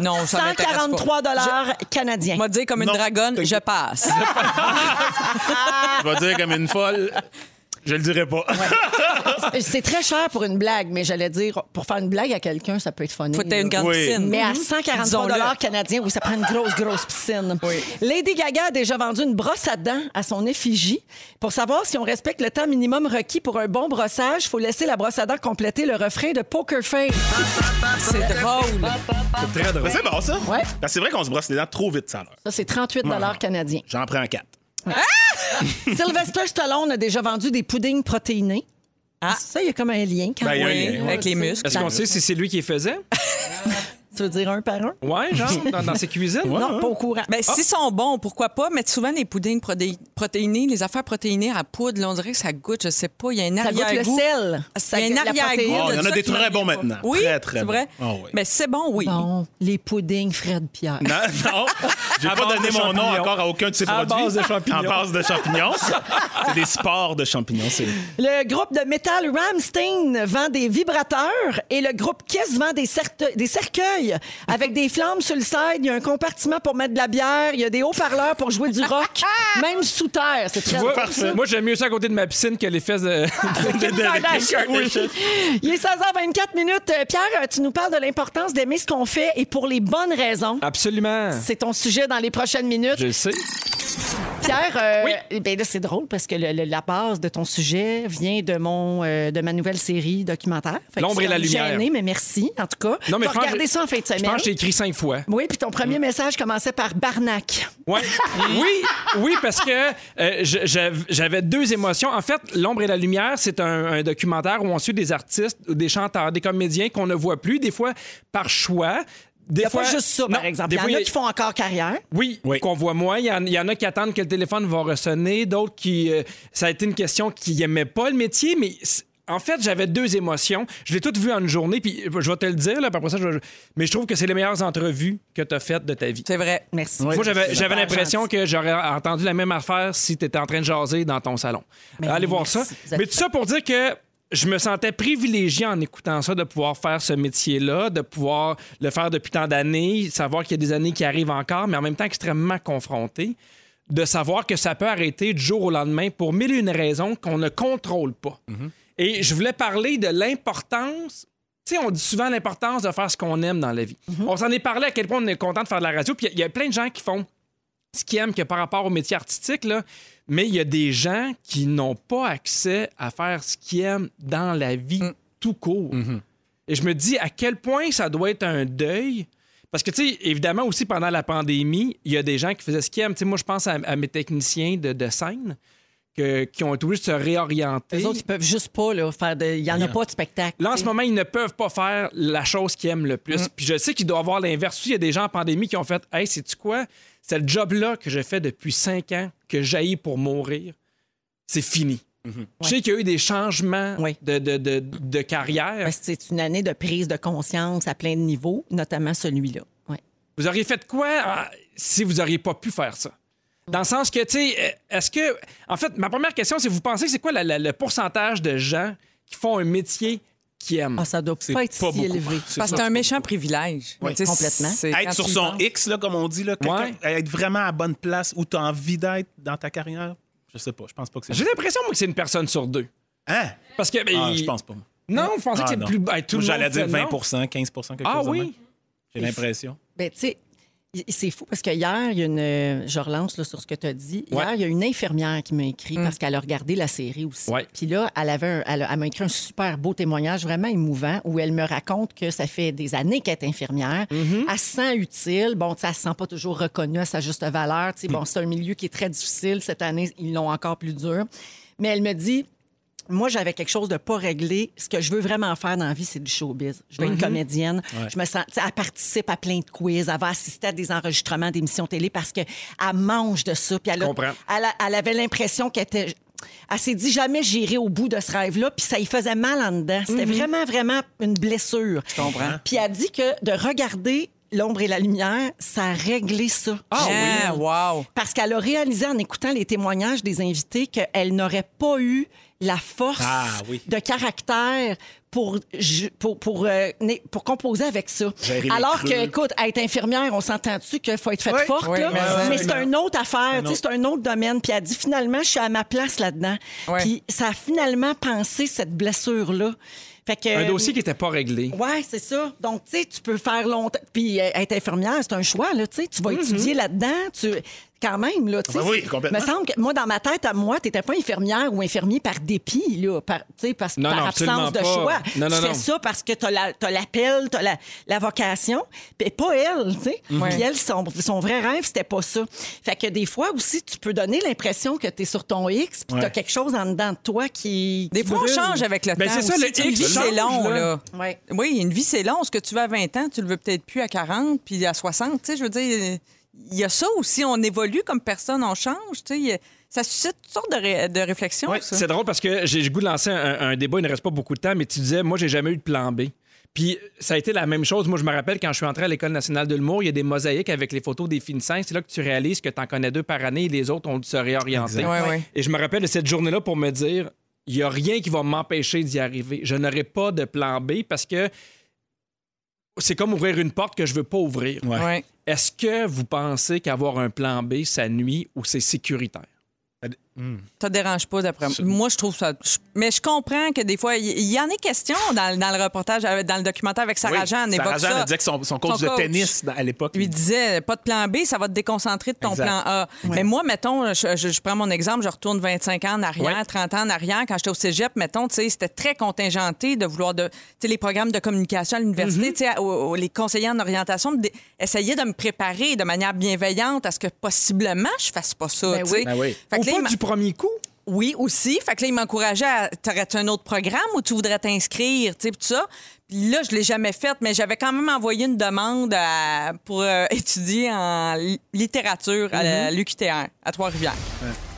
Non, ça m'intéresse pas.
143 dollars canadiens.
Je vais dire comme une
Non,
dragonne,
t'as-
je passe.
Je vais dire comme une folle. Je le dirai pas.
C'est très cher pour une blague, mais j'allais dire, pour faire une blague à quelqu'un, ça peut être funny.
Faut que t'aies une
là.
grande
Oui.
piscine.
Mais à
Mhm.
143
Disons-le.
canadiens, oui, ça prend une grosse, grosse piscine. Lady Gaga a déjà vendu une brosse à dents à son effigie. Pour savoir si on respecte le temps minimum requis pour un bon brossage, il faut laisser la brosse à dents compléter le refrain de Poker Face.
C'est drôle.
Très drôle. C'est bon, ça?
Ouais.
Parce que c'est vrai qu'on se brosse les dents trop vite, ça. l'heure.
Ça, c'est 38 canadiens.
J'en prends quatre.
Sylvester Stallone a déjà vendu des puddings protéinés. Ah. Ça, il y a comme un lien quand
Ben, il y a un
même.
lien,
Ouais,
avec les
tu sais,
muscles.
Est-ce qu'on sait si c'est lui qui les faisait?
Tu veux dire un par un?
Ouais, genre, dans, dans ses cuisines?
non, pas au courant.
Ben,
Ah.
s'ils sont bons, pourquoi pas? Mais souvent, les poudings prodé- protéinés, les affaires protéinées à poudre, là, on dirait que ça goûte, je sais pas, il y a un
ça goûte le
arrière-goût.
sel.
Il
Ça
y a un
goûte la
arrière-goût.
Oh,
de
il y en a
ça
des
qui
très
m'arrive
bons
pas.
maintenant.
Oui,
Très, très
c'est vrai.
bons. Ah oui.
Mais c'est bon, oui.
Bon, les puddings Fred Pierre.
Non, non. J'ai
À
pas
base
donné
de
mon nom
champignons.
encore à aucun de ces
À
produits.
base de champignons.
En base de champignons. c'est des sports de champignons. C'est
Le groupe de métal Ramstein vend des vibrateurs et le groupe Kiss vend des, certe- des cercueils avec des flammes sur le side. Il y a un compartiment pour mettre de la bière. Il y a des haut-parleurs pour jouer du rock, même sous terre. C'est
Tu
très
vois,
drôle, ça.
moi, j'aime mieux ça à côté de ma piscine que les fesses de.
Kim Kardashian.
Il est 16h24 minutes. Euh, Pierre, tu nous parles de l'importance d'aimer ce qu'on fait et pour les bonnes raisons.
Absolument.
C'est ton sujet dans les prochaines minutes.
Je le sais.
Pierre, euh, ben là, c'est drôle parce que le- le- la base de ton sujet vient de mon euh, de ma nouvelle série documentaire. Fait que
L'ombre
je suis
et la
comme
lumière.
gênée, mais merci, en tout cas.
Non, mais
T'as
je pense
regardé
que-
ça en fin de
Je pense
semaine.
que j'ai Mm. écrit cinq fois.
oui, puis ton premier message commençait par Barnac.
Ouais. oui, oui, parce que euh, je- j'av- j'avais deux émotions. En fait, L'ombre et la lumière, c'est un, un documentaire où on suit des artistes, des chanteurs, des comédiens qu'on ne voit plus, des fois par choix.
Il
Des
n'y a
fois,
pas juste ça,
Non,
par exemple.
des
Il y en
fois,
a qui font encore carrière.
Oui,
Oui.
qu'on voit moins. Il y, en, il y en a qui attendent que le téléphone va ressonner, d'autres qui... euh, ça a été une question qui n'aimaient pas le métier, mais... c- En fait, j'avais deux émotions. Je l'ai toutes vues en une journée, puis euh, je vais te le dire, là, puis après ça, je vais- mais je trouve que c'est les meilleures entrevues que tu as faites de ta vie.
C'est vrai.
Merci.
Moi, j'avais,
C'est
j'avais
super
l'impression
gentil.
que j'aurais entendu la même affaire si tu étais en train de jaser dans ton salon.
Mais
Allez voir
Ben merci,
ça.
vous êtes
Mais tout ça pour dire que je me sentais privilégié en écoutant ça, de pouvoir faire ce métier-là, de pouvoir le faire depuis tant d'années, savoir qu'il y a des années qui arrivent encore, mais en même temps extrêmement confronté, de savoir que ça peut arrêter du jour au lendemain pour mille et une raisons qu'on ne contrôle pas. Et je voulais parler de l'importance tu sais, on dit souvent l'importance de faire ce qu'on aime dans la vie.
Mm-hmm.
On s'en est parlé à quel point on est content de faire de la radio. Puis il y a- il y, a plein de gens qui font ce qu'ils aiment que par rapport au métier artistique, là. Mais il y a des gens qui n'ont pas accès à faire ce qu'ils aiment dans la vie tout court. Et je me dis à quel point ça doit être un deuil. Parce que, tu sais, évidemment, aussi pendant la pandémie, il y a des gens qui faisaient ce qu'ils aiment. Tu sais, moi, je pense à, à mes techniciens de, de scène que- qui ont été obligés de se réorienter.
Les autres, ils peuvent juste pas là, faire de. Il n'y en a pas de spectacle.
Là, en
tu
ce
sais.
moment, ils ne peuvent pas faire la chose qu'ils aiment le plus. Puis je sais qu'il doit y avoir l'inverse. aussi. Il y a des gens en pandémie qui ont fait Hey, sais-tu quoi C'est le job-là que je fais depuis cinq ans, que j'haïs pour mourir. C'est fini. Je sais qu'il y a eu des changements
Oui.
de, de- de- de carrière.
Parce que c'est une année de prise de conscience à plein de niveaux, notamment celui-là. Ouais.
ah, Vous auriez fait quoi euh, si vous n'auriez pas pu faire ça Dans le sens que, tu sais, euh, est-ce que. En fait, ma première question, c'est vous pensez que c'est quoi la- la- le pourcentage de gens qui font un métier qu'ils aiment?
Ah, ça doit
C'est
pas être
pas
si
beaucoup.
élevé.
hein.
C'est
Parce que
ça.
c'est un méchant privilège.
Oui,
Tu sais,
complètement.
c'est quand
Être sur
tu y
son
penses.
X, là, comme on dit, là, quelqu'un-
Ouais.
être vraiment à la bonne place où tu as envie d'être dans ta carrière, je sais pas. Je pense pas que c'est.
J'ai l'impression, moi, que c'est une personne sur deux.
Hein?
Parce que. ben,
Ah,
il-
je pense pas. moi.
Non, vous pensez
Ah,
que c'est
non.
plus. ben, tout
Moi,
le
J'allais
monde
dire
fait non.
20 15 quelque
Ah
chose. de même.
oui?
J'ai l'impression.
Ben, tu sais, y- c'est fou parce que hier, il y a une. euh, Je relance là, sur ce que tu as dit. Hier,
Ouais. Mm.
il y a une infirmière qui m'a écrit parce qu'elle a regardé la série aussi.
Ouais.
Puis là, elle, avait un- elle, a- elle m'a écrit un super beau témoignage vraiment émouvant où elle me raconte que ça fait des années qu'elle est infirmière.
Mm-hmm.
Elle se sent utile. Bon, tu sais, elle se sent pas toujours reconnue à sa juste valeur. Tu sais,
Mm.
Bon, c'est un milieu qui est très difficile. Cette année, ils l'ont encore plus dur. Mais elle me dit moi, j'avais quelque chose de pas réglé. Ce que je veux vraiment faire dans la vie, c'est du showbiz. Je veux être comédienne. Je me sens, tu sais, elle participe à plein de quiz. Elle va assister à des enregistrements d'émissions télé parce que elle mange de ça. Puis elle, a-
Comprends.
elle, a- elle avait l'impression qu'elle était. Elle s'est dit jamais j'irai au bout de ce rêve-là, puis ça y faisait mal en dedans. C'était vraiment, vraiment une blessure. Je
comprends.
Puis elle dit que de regarder l'ombre et la lumière, ça a réglé ça.
Ah oui.
Ah, wow.
Parce qu'elle a réalisé en écoutant les témoignages des invités qu'elle n'aurait pas eu la force
Ah, oui.
de caractère pour, ju- pour, pour, euh, né- pour composer avec ça.
Gérer les
Alors que,
creux.
écoute, être infirmière, on s'entend-tu qu'il faut être faite
Oui.
forte,
Oui,
là?
mais
mais,
oui,
c'est
mais-
une autre affaire,
Un
tu sais, c'est un autre domaine. Puis elle dit, finalement, je suis à ma place là-dedans.
Ouais.
Puis ça a finalement pensé cette blessure-là. Fait que,
Euh,
Un dossier qui n'était pas réglé.
oui, c'est ça. Donc, tu sais, tu peux faire longtemps. Puis euh, être infirmière, c'est un choix, là, tu sais.
Mhm.
Tu vas étudier là-dedans. Tu... Quand même, là, tu sais.
Ah ben oui,
c'est-
complètement.
me semble que moi, dans ma tête, à moi, t'étais pas infirmière ou infirmier par dépit, là, par, tu sais, parce,
Non,
par
non, absolument
absence de
pas.
choix.
Non,
tu
non,
fais
non.
ça parce que t'as la- t'as l'appel, t'as la, la vocation. Puis pas elle, tu sais.
Mhm.
Puis elle, son, son vrai rêve, c'était pas ça. Fait que des fois aussi, tu peux donner l'impression que t'es sur ton X, puis t'as
Ouais.
quelque chose en dedans de toi qui.
Des
qui
fois, on
brûle.
change avec le
Ben,
temps.
c'est ça,
aussi.
le
Tu sais, une
X
vie, c'est
change,
long,
là.
là.
Ouais.
Oui, une vie, c'est long. Ce que tu veux à 20 ans, tu le veux peut-être plus à 40, puis à 60. Tu sais, je veux dire, il y a ça aussi. On évolue comme personne, on change. Tu sais, il y a- ça suscite toutes sortes de, ré- de réflexions,
Ouais,
ça.
c'est drôle parce que j'ai le goût de lancer un, un débat, il ne reste pas beaucoup de temps, mais tu disais, moi, j'ai jamais eu de plan B. Puis ça a été la même chose. Moi, je me rappelle quand je suis entré à l'École nationale de l'humour, il y a des mosaïques avec les photos des finissants. C'est là que tu réalises que tu en connais deux par année et les autres ont dû se réorienter.
Exact.
Ouais, ouais.
Et je me rappelle de cette journée-là pour me dire, il n'y a rien qui va m'empêcher d'y arriver. Je n'aurai pas de plan B parce que c'est comme ouvrir une porte que je veux pas ouvrir.
Ouais.
Ouais.
Est-ce que vous pensez qu'avoir un plan B, ça nuit ou c'est sécuritaire?
Ça te dérange pas, d'après moi. Moi, je trouve ça. je- Mais je comprends que des fois, il il y, en est question dans, le- dans le reportage, euh, dans le documentaire avec Sarah
Oui,
Jeanne.
Sarah
évoque
Jeanne,
ça.
elle disait que son, son coach
Son
de
coach.
tennis dans- à l'époque.
lui disait pas de plan B, ça va te déconcentrer de ton
Exact.
plan A. Mais moi, mettons, je, je- je prends mon exemple, je retourne 25 ans en arrière,
Ouais.
30 ans en arrière. Quand j'étais au cégep, mettons, tu sais, c'était très contingenté de vouloir de. Tu sais, les programmes de communication à l'université, tu sais, au- au- les conseillers en orientation me dé- essayaient de me préparer de manière bienveillante à ce que possiblement je fasse pas ça,
Ben
tu sais.
oui.
Ben oui.
Fait que
Ou
là,
pas
il m'a-
du premier coup?
oui, aussi. Fait que là, il m'encourageait à. T'aurais-tu un autre programme ou tu voudrais t'inscrire, tu sais, pis tout ça. Puis là, je l'ai jamais faite, mais j'avais quand même envoyé une demande à- pour euh, étudier en li- littérature à l'UQTR, à Trois-Rivières.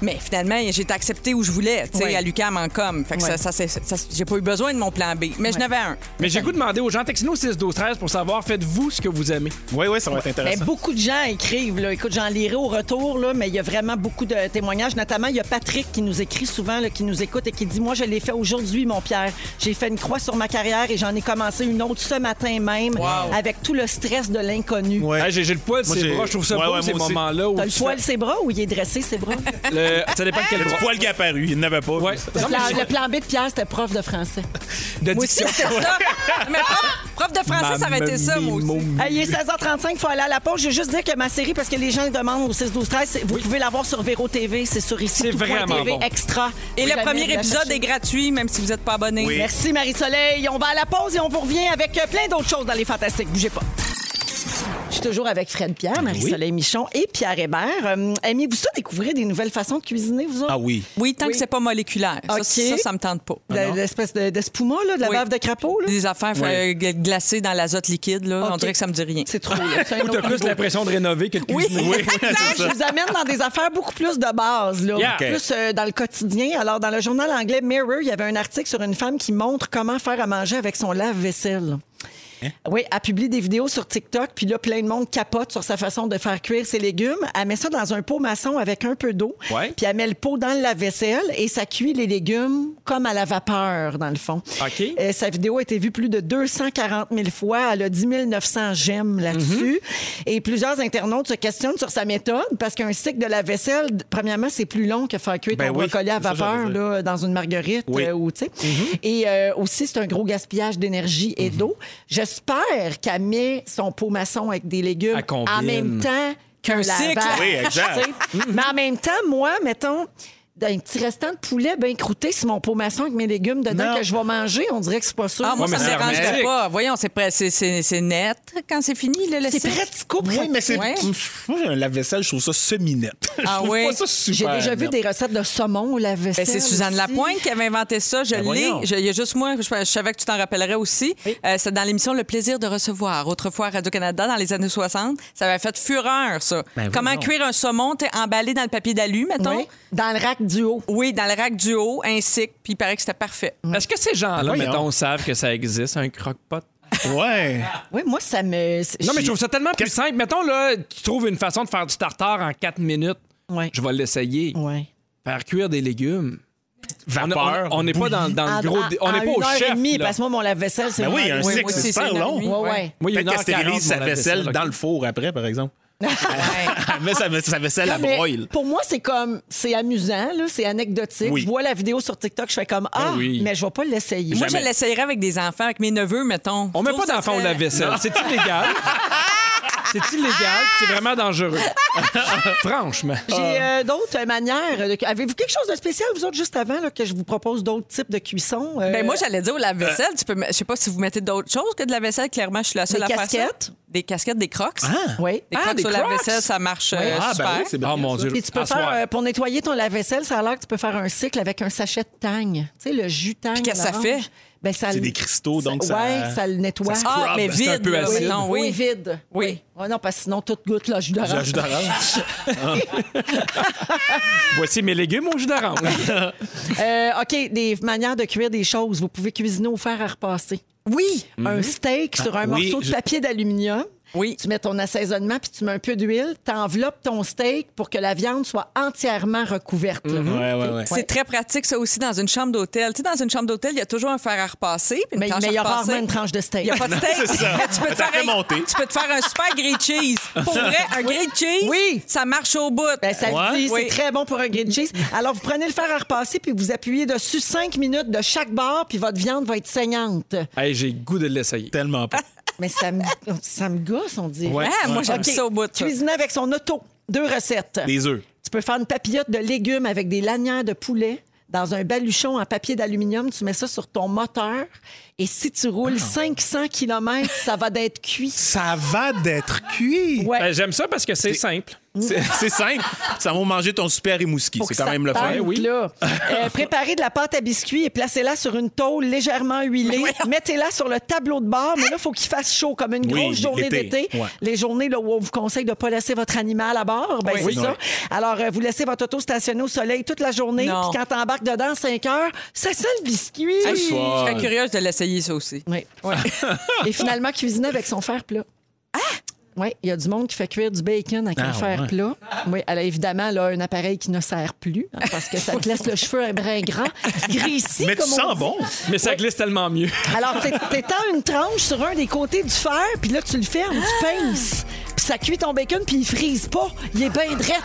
Mais finalement, j'ai été acceptée où je voulais, tu sais,
Ouais.
à l'UQAM en com. Fait que
Ouais.
ça, ça, c'est- ça- j'ai pas eu besoin de mon plan B, mais je n'avais un.
Mais j'ai goût de demander aux gens, textez-nous au 6 12 13 pour savoir, faites-vous ce que vous aimez.
Oui, oui, ça va être
Ben,
intéressant.
beaucoup de gens écrivent. Là. Écoute, j'en lirai au retour, là, mais il y a vraiment beaucoup de témoignages. Notamment, il y a Patrick qui nous écrit souvent, là, qui nous écoute et qui dit Moi, je l'ai fait aujourd'hui, mon Pierre. J'ai fait une croix sur ma carrière et j'en ai commencé une autre ce matin même avec tout le stress de l'inconnu.
Ouais.
Hey, j'ai j'ai le poil,
Moi,
c'est
j'ai-
bras, Ben, je trouve ça
Ouais,
beau
ouais,
ces
moi aussi.
moments-là où
T'as le
tu
poil ses bras ou il est dressé ses bras?
fais- le- ça dépend de quel
Le
bras.
poil qui est apparu, il n'avait pas.
Ouais.
Le
Non, mais
plan,
j'ai-
le plan B de Pierre, c'était prof de français.
de
Moi aussi,
diction.
c'était ça. mais prof, prof de français, ça aurait été ça, moi aussi.
Hey, Il est 16h35, il faut aller à la pause. Je veux juste dire que ma série, parce que les gens le demandent au 6-12-13, c'est- vous pouvez l'avoir sur Véro TV, c'est sur ici.
C'est
tout point
vraiment
TV
bon.
extra.
Et
Vous
le
allez
premier
la
épisode
chercher.
est gratuit, même si vous n'êtes pas abonné.
Oui.
Merci Marie-Soleil. On va à la pause et on vous revient avec euh, plein d'autres choses dans les fantastiques. Bougez pas. Je suis toujours avec Fred Pierre, Marie-Soleil Michon et Pierre Hébert. Euh, Aimez-vous ça découvrir des nouvelles façons de cuisiner, vous autres?
Ah oui.
Oui, tant que c'est pas moléculaire. Ça,
OK.
Ça, ça me tente pas.
De- L'espèce de, de spuma, là, de la
Oui.
bave de crapaud. Là?
Des affaires euh, gla- glacées dans l'azote liquide, là. On
OK.
dirait que ça me dit rien.
C'est trop. là. C'est un
T'as
autre
plus
niveau.
l'impression de rénover que de
Oui.
cuisiner.
Je vous amène dans des affaires beaucoup plus de base, là.
Yeah.
plus euh, dans le quotidien. Alors, dans le journal anglais Mirror, il y avait un article sur une femme qui montre comment faire à manger avec son lave-vaisselle.
Hein?
Oui, elle publie des vidéos sur TikTok, puis là, plein de monde capote sur sa façon de faire cuire ses légumes. Elle met ça dans un pot maçon avec un peu d'eau,
Ouais.
puis elle met le pot dans la vaisselle et ça cuit les légumes comme à la vapeur, dans le fond.
OK.
Euh, sa vidéo a été vue plus de 240 000 fois. Elle a 10 900 j'aime là-dessus.
Mm-hmm.
Et plusieurs internautes se questionnent sur sa méthode parce qu'un cycle de la vaisselle, d- premièrement, c'est plus long que faire cuire
Ben
ton
oui,
brocoli à
c'est ça que
vapeur
j'allais dire.
là, dans une marguerite
Oui. Mm-hmm.
euh, ou, tu sais. Et euh, aussi, c'est un gros gaspillage d'énergie et d'eau. J'espère qu'elle met son pot maçon avec des légumes
Elle combine.
en même temps qu'un
cycle.
lavage,
Oui, exact.
Ben, tu sais. Mais en même temps, moi, mettons, d'un petit restant de poulet bien croûté sur mon pot maçon avec mes légumes dedans
Non.
que je vais manger, on dirait que c'est pas sûr.
Ah, moi,
Ouais,
ça
mais
me
c'est
dérangerait
hermétique.
pas. Voyons, c'est prêt- c'est- c'est c'est net quand c'est fini, là, le
c'est
cycle.
pratico-pratique.
Oui, mais c'est.
Ouais.
Moi, j'ai un lave-vaisselle, je trouve ça semi-net. Je
Ah
trouve
oui.
pas ça
J'ai
super.
déjà vu
net.
des recettes de saumon au lave-vaisselle.
Ben, c'est Suzanne
aussi.
Lapointe qui avait inventé ça. Je l'ai.
voyons.
Je- Il y a juste moi. Je, je savais que tu t'en rappellerais aussi. Euh, c'est dans l'émission Le plaisir de recevoir. Autrefois, à Radio-Canada, dans les années 60, ça avait fait fureur, ça.
Ben,
Comment
voyons.
cuire un saumon, t'es emballé dans le papier d'alu, mettons?
Oui, dans le rack du haut.
Oui, dans le rack du haut, un cycle, puis il paraît que c'était parfait.
Est-ce que ces gens-là,
Voyons.
mettons, savent que ça existe, un croque-pot?
Ouais.
Oui, moi, ça me.
Non, mais je trouve ça tellement plus simple. Mettons, là, tu trouves une façon de faire du tartare en 4 minutes.
Ouais.
Je vais l'essayer.
Ouais.
Faire cuire des légumes. On a-
Vapeur.
On on n'est pas dans, dans
En-
le gros.
en-
dé- on
en
n'est pas
une
au
heure
chef.
et demie,
là.
parce que moi, mon lave-vaisselle, c'est.
Ben oui, un
Oui,
cycle,
moi
c'est
aussi,
super
une heure
long.
et demie.
Ouais, ouais.
Moi, il y
Peut-être
a une
qu'elle
heure quarante,
stérilise sa
mon
vaisselle
lave-vaisselle,
dans
ok.
le four après, par exemple.
Ouais.
Elle met sa, sa vaisselle à
Mais
broil.
Pour moi, c'est comme. C'est amusant, là, c'est anecdotique.
Oui.
Je vois la vidéo sur TikTok, je fais comme Ah,
Ben oui.
mais je vais pas l'essayer.
Moi,
Moi,
je l'essayerais avec des enfants, avec mes neveux, mettons.
On met
Je
pas
trouve que ça
d'enfant au
serait-
lave-vaisselle. C'est illégal. c'est illégal. C'est vraiment dangereux. Ah! Franchement.
j'ai
Ah.
euh, d'autres manières. de- Avez-vous quelque chose de spécial, vous autres, juste avant, là, que je vous propose d'autres types de cuissons? euh,
Ben moi, j'allais dire au lave-vaisselle,
Euh.
tu peux, me- je sais pas si vous mettez d'autres choses que de la vaisselle. Clairement, je suis la seule
Des
à faire ça.
casquettes.
Des casquettes, des crocs.
Oui.
Des
Ah,
crocs
des
sur
Crocs.
lave-vaisselle, ça marche euh,
Ah,
super.
ben oui, c'est bien.
Oh mon Dieu.
Puis tu peux
À
faire,
soir.
euh, pour nettoyer ton lave-vaisselle, ça a l'air que tu peux faire un cycle avec un sachet de tang. Tu sais, le jus tang.
qu'est-ce que ça
l'orange.
fait?
Ben, ça
C'est
le-
des cristaux, donc ça-
Ouais, ça le nettoie.
ça
Ah, mais
Scrub,
vide,
c'est un peu
là,
acide.
mettons, oui.
oui, vide.
Oui.
Ouais, non, parce que sinon, tout goûte le jus
J'ai un
d'orange.
jus d'orange.
Voici mes légumes au jus d'orange.
Euh, OK, des manières de cuire des choses. Vous pouvez cuisiner au fer à repasser.
Oui.
Un steak sur un
Mm-hmm. Ah, oui,
morceau de
je-
papier d'aluminium.
Oui.
Tu mets ton assaisonnement, puis tu mets un peu d'huile. T'enveloppes ton steak pour que la viande soit entièrement recouverte. là.
Mm-hmm. Ouais, ouais, ouais.
C'est très pratique, ça aussi, dans une chambre d'hôtel. Tu sais, dans une chambre d'hôtel, il y a toujours un fer à repasser. Puis une
Mais
planche
mais il y
à
a
repasser.
rarement une tranche de steak.
Il n'y a pas de steak. tu, peux te
Ça fait
faire un,
monter.
tu peux te faire un super grilled cheese. Pour vrai, un grilled cheese,
Oui.
ça marche au bout.
Ben, ça le
Ouais.
dit,
Oui.
c'est très bon pour un grilled cheese. Alors, vous prenez le fer à repasser, puis vous appuyez dessus 5 minutes de chaque bord, puis votre viande va être saignante.
Hey, j'ai le goût de l'essayer.
Tellement pas.
Mais ça me, ça me gosse, on dirait.
Ouais.
Ah, moi, j'aime
OK.
ça au bout. ça.
Cuisiner avec son auto. Deux recettes.
Des œufs.
Tu peux faire une papillote de légumes avec des lanières de poulet dans un baluchon en papier d'aluminium. Tu mets ça sur ton moteur. Et si tu roules
Ah.
500 km, ça va d'être cuit.
Ça va d'être cuit.
Ouais.
Ben, J'aime ça parce que c'est simple.
C'est c'est simple. Ça va manger ton super émouski.
pour
C'est
que
quand
ça
même le fun.
tente,
oui.
là. Euh, préparez de la pâte à biscuits et placez-la sur une tôle légèrement huilée. Mettez-la sur le tableau de bord, mais là, il faut qu'il fasse chaud, comme une
Oui,
grosse journée
l'été.
d'été.
Ouais.
Les journées là, où on vous conseille de ne pas laisser votre animal à bord, ben, c'est
Oui.
ça.
Ouais.
Alors, euh, vous laissez votre auto stationner au soleil toute la journée,
Non.
puis quand t'embarques dedans, 5 heures, ça sent le biscuit.
Ah, je suis- je serais
soir.
curieuse de l'essayer, ça aussi.
Oui. et finalement, cuisiner avec son fer plat. Oui, il y a du monde qui fait cuire du bacon avec
Ah,
un fer
ouais.
plat. Oui, elle a évidemment là, un appareil qui ne sert plus hein, parce que ça te laisse le cheveu un brin grand, grissé.
Mais tu
comme on
sens
dit.
bon.
Mais ça glisse tellement mieux.
Alors, t'é- t'étends une tranche sur un des côtés du fer, puis là, tu le fermes, tu
Ah!
pinces. Puis ça cuit ton bacon, puis il frise pas. Il est bien drette.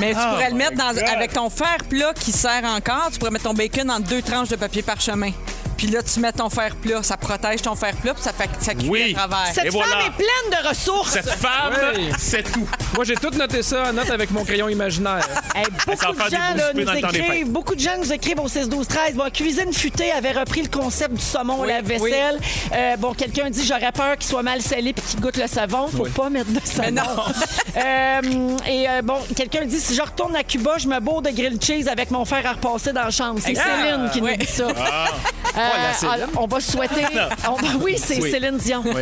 Mais tu pourrais le mettre dans,
God.
avec ton fer plat qui sert encore, tu pourrais mettre ton bacon en deux tranches de papier parchemin. Puis là, tu mets ton fer plat, ça protège ton fer plat, puis ça fait ça cuit
Oui.
à travers.
Cette
Et
femme
voilà.
est pleine de ressources.
Cette femme,
Oui.
c'est tout.
Moi, j'ai tout noté ça en note avec mon crayon imaginaire.
Hey,
Ça
beaucoup,
va
de gens,
faire des beaux
là,
soupers dans le
nous
temps des
écrivent,
fêtes.
beaucoup de gens nous écrivent au 6 12 13 bon, Cuisine futée avait repris le concept du saumon
Oui,
la vaisselle. Euh, bon, quelqu'un dit J'aurais peur qu'il soit mal salé puis qu'il goûte le savon. Faut pas mettre de savon. Euh, et euh, bon, quelqu'un dit Si je retourne à Cuba, je me bourre de grilled cheese avec mon fer à repasser dans la chambre. C'est
Exact.
Céline qui
Oui.
nous dit ça. Euh,
la Céline.
on va souhaiter. on va- oui, c'est Céline Dion.
Oui.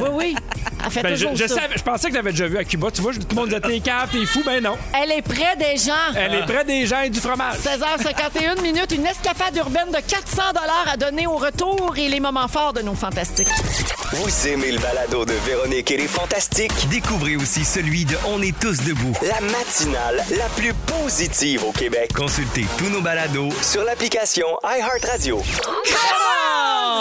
Oui, oui. Elle fait
Ben, je,
toujours
je
ça.
savais- je pensais que l'avais déjà vu à Cuba. Tu vois, je- tout le monde disait t'es cave, t'es fou. Ben non.
Elle est près des gens.
Elle est près des gens et du fromage.
16h51 minutes, une escapade urbaine de 400 dollars à donner au retour et les moments forts de nos fantastiques.
Vous aimez le balado de Véronique et les Fantastiques?
Découvrez aussi celui de On est tous debout.
La matinale la plus positive au Québec.
Consultez tous nos balados
Sur l'application iHeartRadio.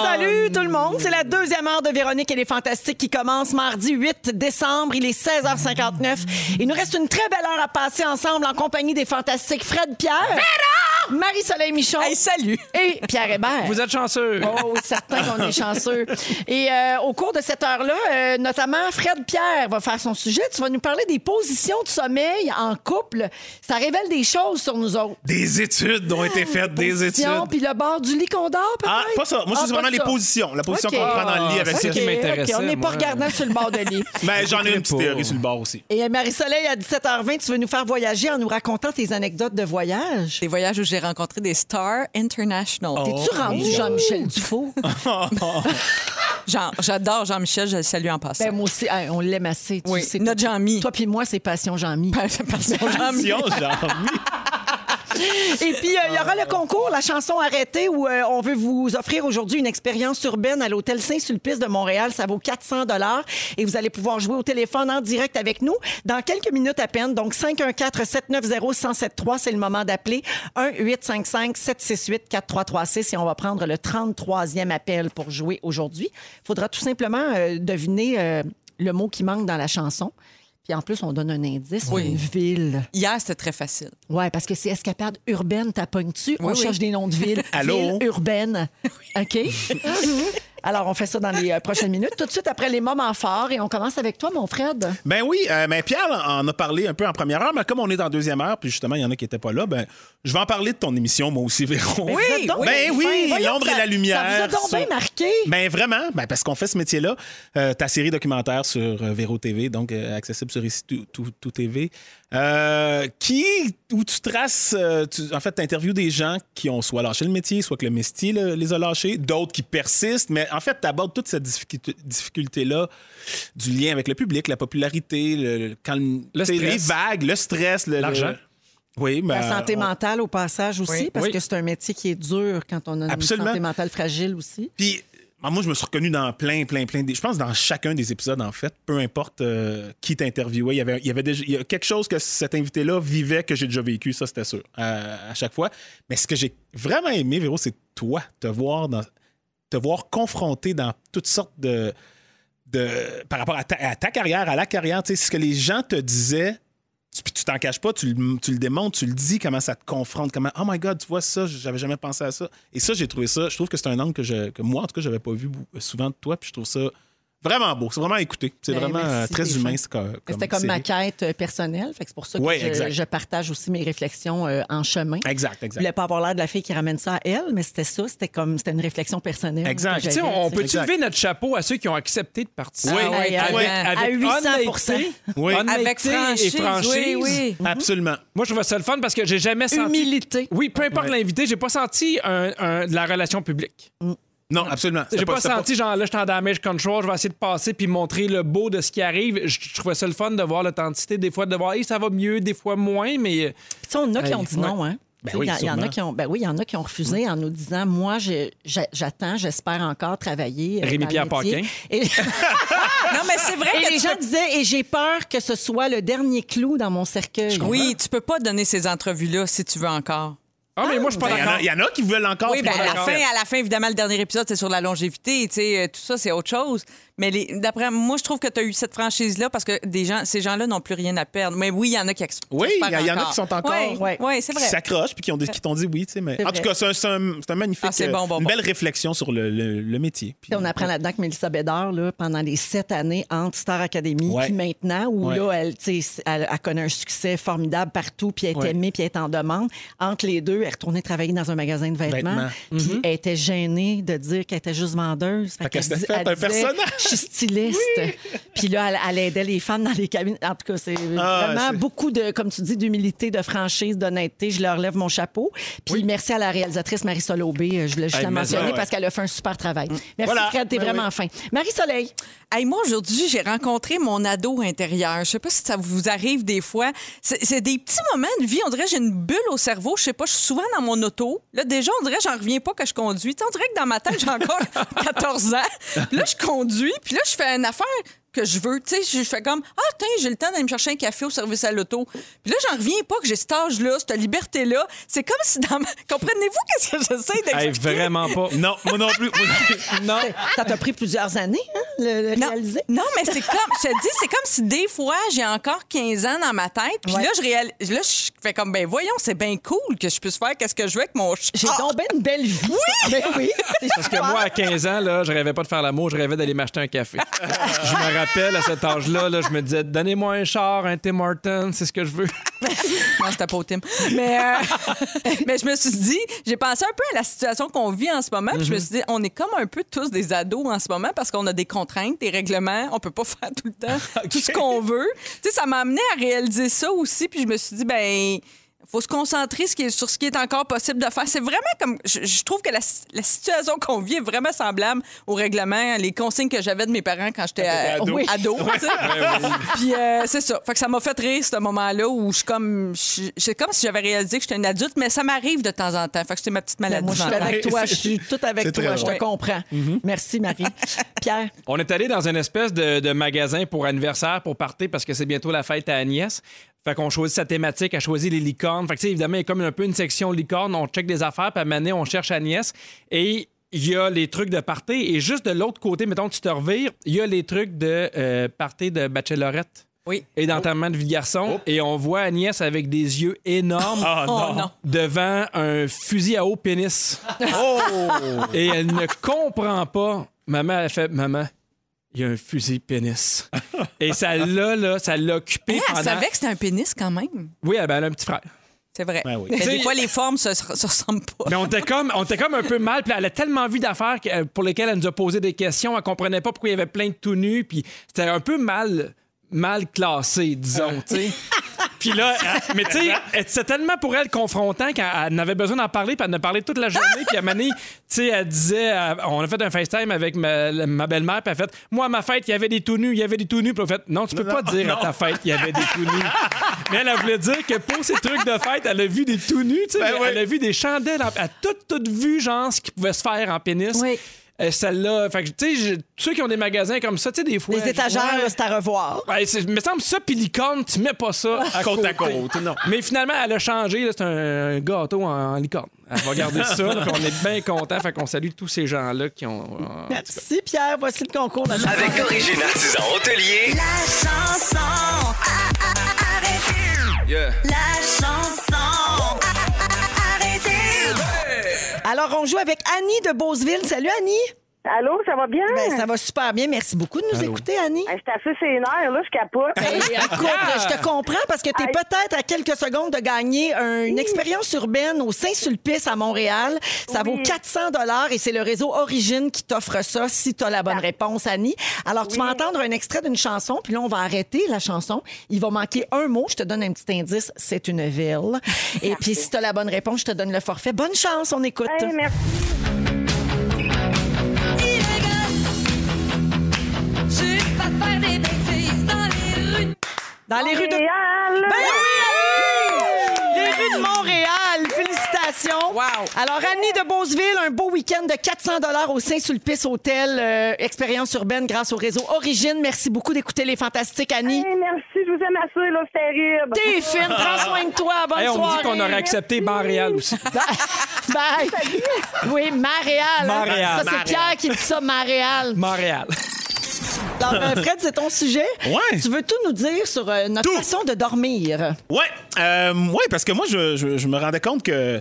Salut tout le monde, c'est la deuxième heure de Véronique et les Fantastiques qui commence mardi 8 décembre, il est 16h59. Il nous reste une très belle heure à passer ensemble en compagnie des Fantastiques Fred Pierre, Marie-Soleil Michon
Hey, salut!
et Pierre Hébert.
Vous êtes chanceux.
Oh, certain qu'on est chanceux. Et euh, au cours de cette heure-là, euh, notamment, Fred Pierre va faire son sujet. Tu vas nous parler des positions de sommeil en couple. Ça révèle des choses sur nous autres.
Des études ont été faites, des études.
Position, puis le bord du lit qu'on dort, peut-être?
Ah, pas ça. Moi,
Ah,
c'est
pas
vraiment les
ça.
positions. La position
OK.
qu'on prend dans le lit
Ah,
avec
c'est
ses
ça qui
OK,
m'intéressait,
OK, On n'est pas
moi.
regardant sur le bord de lit.
Mais Ben, j'en ai une petite
pas.
théorie sur le bord aussi.
Et euh, Marie-Soleil, à 17h20, tu veux nous faire voyager en nous racontant tes anecdotes de voyage?
Des voyages où j'ai rencontré des stars international.
Oh,
T'es-tu rendu Jean-Michel Dufault?
Jean- J'adore Jean-Michel, je le salue en passant.
ben, moi aussi, hey, on l'aime assez. Tu
Oui,
sais,
notre
toi-
Jean-Mi.
Toi puis moi, c'est Passion Jean-Mi.
Jean-Mi.
Position, genre.
Et puis, euh, il y aura le concours, la chanson arrêtée, où euh, on veut vous offrir aujourd'hui une expérience urbaine à l'hôtel Saint-Sulpice de Montréal. Ça vaut 400 dollars et vous allez pouvoir jouer au téléphone en direct avec nous dans quelques minutes à peine. Donc, 514-790-1073, c'est le moment d'appeler. 1-855-768-4336 et on va prendre le 33e appel pour jouer aujourd'hui. Il faudra tout simplement euh, deviner euh, le mot qui manque dans la chanson. Puis en plus, on donne un indice,
Oui.
une ville.
Hier, c'était très facile.
Oui, parce que c'est escapade urbaine, t'appognes-tu? on
oui.
cherche des noms de villes.
Allô?
Villes urbaines. OK? Alors, on fait ça dans les euh, prochaines minutes. Tout de suite après les moments forts. Et on commence avec toi, mon Fred.
Ben oui, euh, mais Pierre en a parlé un peu en première heure, mais comme on est en deuxième heure, puis justement, il y en a qui n'étaient pas là, ben je vais en parler de ton émission, moi aussi, Véron.
Ben, vous êtes donc
ben
bien
oui,
fin. Voyons,
l'ombre et
ça-
la lumière.
Ça vous a donc
sur-
bien marqué.
Ben vraiment, ben parce qu'on fait ce métier-là. Euh, ta série documentaire sur euh, Véro TV, donc euh, accessible sur ici tout, tout- tout TV, euh, qui où tu traces, euh, tu- en fait, t'interviews des gens qui ont soit lâché le métier, soit que le métier le- les a lâchés, d'autres qui persistent, mais en fait, t'abordes toute cette difficulté- difficulté-là du lien avec le public, la popularité, le, le- quand le-
Le
t'sais,
stress.
les vagues, le stress, le-
L'argent.
le- oui, mais
La santé
on-
mentale au passage aussi,
Oui,
parce
oui.
que c'est un métier qui est dur quand on a
Absolument.
une santé mentale fragile aussi.
Puis, ah, moi, je me suis reconnu dans plein, plein, plein. Des, je pense dans chacun des épisodes, en fait, peu importe euh, qui t'interviewait. Il y avait, il y avait déjà, il y a quelque chose que cet invité-là vivait que j'ai déjà vécu, ça, c'était sûr, euh, à chaque fois. Mais ce que j'ai vraiment aimé, Véro, c'est toi, te voir, dans, te voir confronté dans toutes sortes de. de par rapport à ta, à ta carrière, à la carrière, tu sais, ce que les gens te disaient. tu- Puis tu t'en caches pas, tu, le- tu le démontres, tu le dis, comment ça te confronte, comment Oh my God, tu vois ça, j'avais jamais pensé à ça. Et ça, j'ai trouvé ça. Je trouve que c'est un angle que, je, que moi, en tout cas, j'avais pas vu bou- souvent de toi. Puis je trouve ça vraiment beau. C'est vraiment écouté. C'est
Ben,
vraiment
merci,
euh, très
t'es
humain.
fin.
c'est co-
C'était comme ma
série.
quête euh, personnelle. Fait que c'est pour ça que
Ouais,
je,
exact.
je partage aussi mes réflexions euh, en chemin.
Exact,
Je
exact.
voulais pas avoir l'air de la fille qui ramène ça à elle, mais c'était ça. C'était comme c'était une réflexion personnelle.
Exact.
que
Tu
j'avais,
sais, on, on
tu sais.
peut-tu
Exact.
lever notre chapeau à ceux qui ont accepté de participer?
Oui, Ah ouais,
avec,
ouais.
avec-
À
avec
800%.
honnêteté,
Oui.
honnêteté
Avec franchise.
et franchise.
Oui, oui.
Absolument.
Moi, je trouve ça le fun parce que j'ai jamais senti.
Humilité.
Oui, peu importe l'invité, j'ai pas senti un- un- de la relation publique.
Non, absolument.
J'ai
C'était
pas,
c'était
senti, genre, là, je suis en damage control, je vais essayer de passer puis montrer le beau de ce qui arrive. Je, je trouvais ça le fun de voir l'authenticité, des fois, de voir, hey, ça va mieux, des fois moins, mais. euh,
Puis tu sais, on en a qui ont dit
Ouais.
non, hein.
Ben
Tu sais,
oui,
il y en- il y en a
sûrement.
qui ont, ben oui, il y en a qui ont refusé en nous disant, moi, je- j'a- j'attends, j'espère encore travailler. euh, dans
Rémi
le
Pierre
métier.
Paquin.
Et,
Non, mais c'est vrai
et
que
les
tu
gens
peux-
disaient, et j'ai peur que ce soit le dernier clou dans mon cercueil.
Oui, tu peux pas donner ces entrevues-là si tu veux encore.
Ah, mais moi, je suis pas
pas- Il Ben, y en
d'accord.
a- il y, en a qui veulent encore.
Oui,
puis
ben,
pas
à, la
d'accord.
fin, à la fin, évidemment, le dernier épisode, c'est sur la longévité. tu sais, euh, tout ça, c'est autre chose. Mais les- d'après moi, je trouve que tu as eu cette franchise-là parce que des gens, ces gens-là n'ont plus rien à perdre. Mais oui, il y en a qui acceptent.
Oui, il y, en a qui sont encore.
Oui,
Ouais.
c'est
qui
vrai.
s'accrochent puis qui, ont des- qui t'ont dit oui. Tu sais, mais...
C'est
En tout
vrai.
cas, c'est un, c'est un- c'est un magnifique. euh,
Ah, c'est bon, bon,
une
bon.
belle réflexion sur le, le- le métier. Puis-
Puis on apprend là-dedans que Mélissa Bédard, là, pendant les sept années entre Star Academy
Ouais.
puis maintenant, où
Ouais.
là, elle, tu sais, elle, elle connaît un succès formidable partout, puis elle est
Ouais.
aimée, puis elle est en demande. Entre les deux, elle est retournée travailler dans un magasin de vêtements,
Vêtements. Mm-hmm.
puis elle était gênée de dire qu'elle était juste vendeuse. Fait
qu'elle
qu'elle
s'était
dis-
faite
elle
un
disait,
personnage.
Je suis styliste. Puis là, elle, elle aidait les femmes dans les cabines. En tout cas, c'est
Ah,
vraiment
c'est-
beaucoup de, comme tu dis, d'humilité, de franchise, d'honnêteté. Je leur lève mon chapeau. Puis merci à la réalisatrice Marie Solobé. Je voulais juste
Hey,
la
mais
mentionner
ça, ouais. Mm.
parce qu'elle a fait un super travail. Merci,
Voilà.
Fred, t'es
Ben
vraiment
oui.
fin. Marie-Soleil.
Hey, moi, aujourd'hui, j'ai rencontré mon ado intérieur. Je sais pas si ça vous arrive des fois. C'est c'est des petits moments de vie. On dirait que j'ai une bulle au cerveau. Je sais pas, je suis souvent dans mon auto. Là, déjà, on dirait que j'en reviens pas que je conduis. Tu sais, on dirait que dans ma tête, j'ai encore 14 ans. Puis là, je conduis. Puis là, je fais une affaire que je veux. Tu sais, je fais comme Ah, tiens, j'ai le temps d'aller me chercher un café au service à l'auto. Puis là, j'en reviens pas que j'ai cet âge-là, cette liberté-là. C'est comme si dans ma... Comprenez-vous qu'est-ce que j'essaie
Hey,
d'expliquer?
vraiment pas.
Non, moi non plus. Moi-
Non.
Ça t'a pris plusieurs années, hein, le, le
Non,
réaliser?
non, mais c'est comme, je te dis, c'est comme si des fois, j'ai encore 15 ans dans ma tête, puis là, je réalise, là, je fais comme, ben voyons, c'est bien cool que je puisse faire qu'est-ce que je veux avec mon chien.
J'ai donc ben une belle vie. Oui! Ben oui. C'est
Parce que
super.
moi, à 15 ans, là, je rêvais pas de faire l'amour, je rêvais d'aller m'acheter un café. je me rappelle, à cet âge-là, là, je me disais, donnez-moi un char, un Tim Hortons, c'est ce que je veux.
Non, c'était pas au Tim. Mais, euh, mais je me suis dit, j'ai pensé un peu à la situation qu'on vit en ce moment. Puis je me suis dit, on est comme un peu tous des ados en ce moment parce qu'on a des contraintes, des règlements. On peut pas faire tout le temps tout ce qu'on veut. Tu sais, ça m'a amené à réaliser ça aussi. Puis je me suis dit, ben faut se concentrer ce qui est- sur ce qui est encore possible de faire. C'est vraiment comme... Je, je trouve que la, la situation qu'on vit est vraiment semblable au règlement, les consignes que j'avais de mes parents quand j'étais euh,
ado.
oui. ado. tu sais. Puis euh, c'est ça. Fait que ça m'a fait rire ce moment-là où je suis comme je- c'est comme si j'avais réalisé que j'étais une adulte, mais ça m'arrive de temps en temps. Fait que c'était ma petite maladie.
Ben, Moi, je suis
mentale.
avec toi, je suis tout
C'est
avec toi,
très
je
drôle.
te comprends. Merci, Marie. Pierre,
On est allé dans une espèce de, de magasin pour anniversaire, pour partir, parce que c'est bientôt la fête à Agnès. Fait qu'on choisit sa thématique, elle choisit les licornes. Fait que, tu sais, évidemment, il y a comme un peu une section licorne. On check des affaires, puis à Mané, on cherche Agnès. Et il y a les trucs de party. Et juste de l'autre côté, mettons, tu te revires, il y a les trucs de euh, party de Bachelorette.
Oui.
Et d'enterrement de vie de garçon. Et on voit Agnès avec des yeux énormes
Ah
Oh
non.
non.
devant un fusil à haut pénis. Et elle ne comprend pas. Maman, elle fait Maman, il y a un fusil pénis. Et ça l'a, là, ça l'a occupé
Ah, elle
pendant.
savait que c'était un pénis quand même.
Oui, elle ben, elle a un petit frère.
C'est vrai.
Ben oui.
Mais
T'sais,
des fois, les formes se, se ressemblent pas.
Mais on était comme, on était comme un peu mal. Puis elle a tellement vu d'affaires que- pour lesquelles elle nous a posé des questions. Elle comprenait pas pourquoi il y avait plein de tout nus. Puis c'était un peu mal, mal classé, disons. tu sais. Puis là, elle- mais tu sais, elle- c'était tellement pour elle confrontant qu'elle elle en avait besoin d'en parler, puis elle en a parlé toute la journée. Puis à Mané, tu sais, elle disait, elle- on a fait un FaceTime avec ma, la- ma belle-mère, puis elle a fait, moi, à ma fête, il y avait des tout nus, il y avait des tout nus. Puis elle a fait, non, tu peux pas dire à ta fête, il y avait des tout nus. mais elle, elle voulait dire que pour ces trucs de fête, elle a vu des tout nus, tu sais,
Ben
mais
oui.
elle a vu des chandelles, en- elle a tout, tout vu, genre, ce qui pouvait se faire en pénis.
Oui.
Euh, celle-là, fait que, tu sais, je- tous ceux qui ont des magasins comme ça, tu sais, des fois.
les
je-
étagères,
Ouais.
là, c'est à revoir.
Ouais, c'est- me semble ça, puis licorne, tu mets pas ça à
Côte à
côté.
côte, non.
Mais finalement, elle a changé. là, C'est un, un gâteau en, en licorne. Elle va garder ça. là, puis on est bien contents. Fait qu'on salue tous ces gens-là qui ont. euh,
Merci, Pierre. Voici le concours de la
Avec Origine Artisan Hôtelier.
La chanson. Arrêtez. La chanson. Arrêtez.
Alors, on joue avec Annie de Beauceville. Salut, Annie.
Allô, ça va bien?
Ben, ça va super bien. Merci beaucoup de nous écouter, Annie.
Hey, Je t'assure, c'est une heure, là, je capote.
Hey, Ben, écoute, je te comprends parce que tu es peut-être à quelques secondes de gagner un- une expérience urbaine au Saint-Sulpice à Montréal. Ça vaut 400 dollars et c'est le réseau Origine qui t'offre ça si tu as la bonne réponse, Annie. Alors, tu vas entendre un extrait d'une chanson, puis là, on va arrêter la chanson. Il va manquer un mot. Je te donne un petit indice. C'est une ville. Et puis, si tu as la bonne réponse, je te donne le forfait. Bonne chance, on écoute.
Hey, merci.
Tu vas faire des bêtises dans les rues.
Dans les rues de...
Montréal.
Ben oui, Annie! Les rues de Montréal, félicitations.
Wow.
Alors, Annie de Beauceville, un beau week-end de 400 au Saint-Sulpice Hôtel, euh, expérience urbaine grâce au réseau Origine. Merci beaucoup d'écouter les fantastiques, Annie.
Hey, merci, je vous aime assez, là, c'est terrible.
T'es fine, prends soin de toi, bonne
hey, on me
soirée.
dit qu'on aurait accepté Montréal aussi.
Bye. Oui, Maréal. hein.
Maréal.
Ça, c'est
Maréal.
Pierre qui dit ça, Maréal.
Montréal.
Alors, euh, Fred, c'est ton sujet.
Ouais.
Tu veux tout nous dire sur euh, notre
Tout.
façon de dormir.
Ouais, euh, ouais, parce que moi, je, je- je me rendais compte que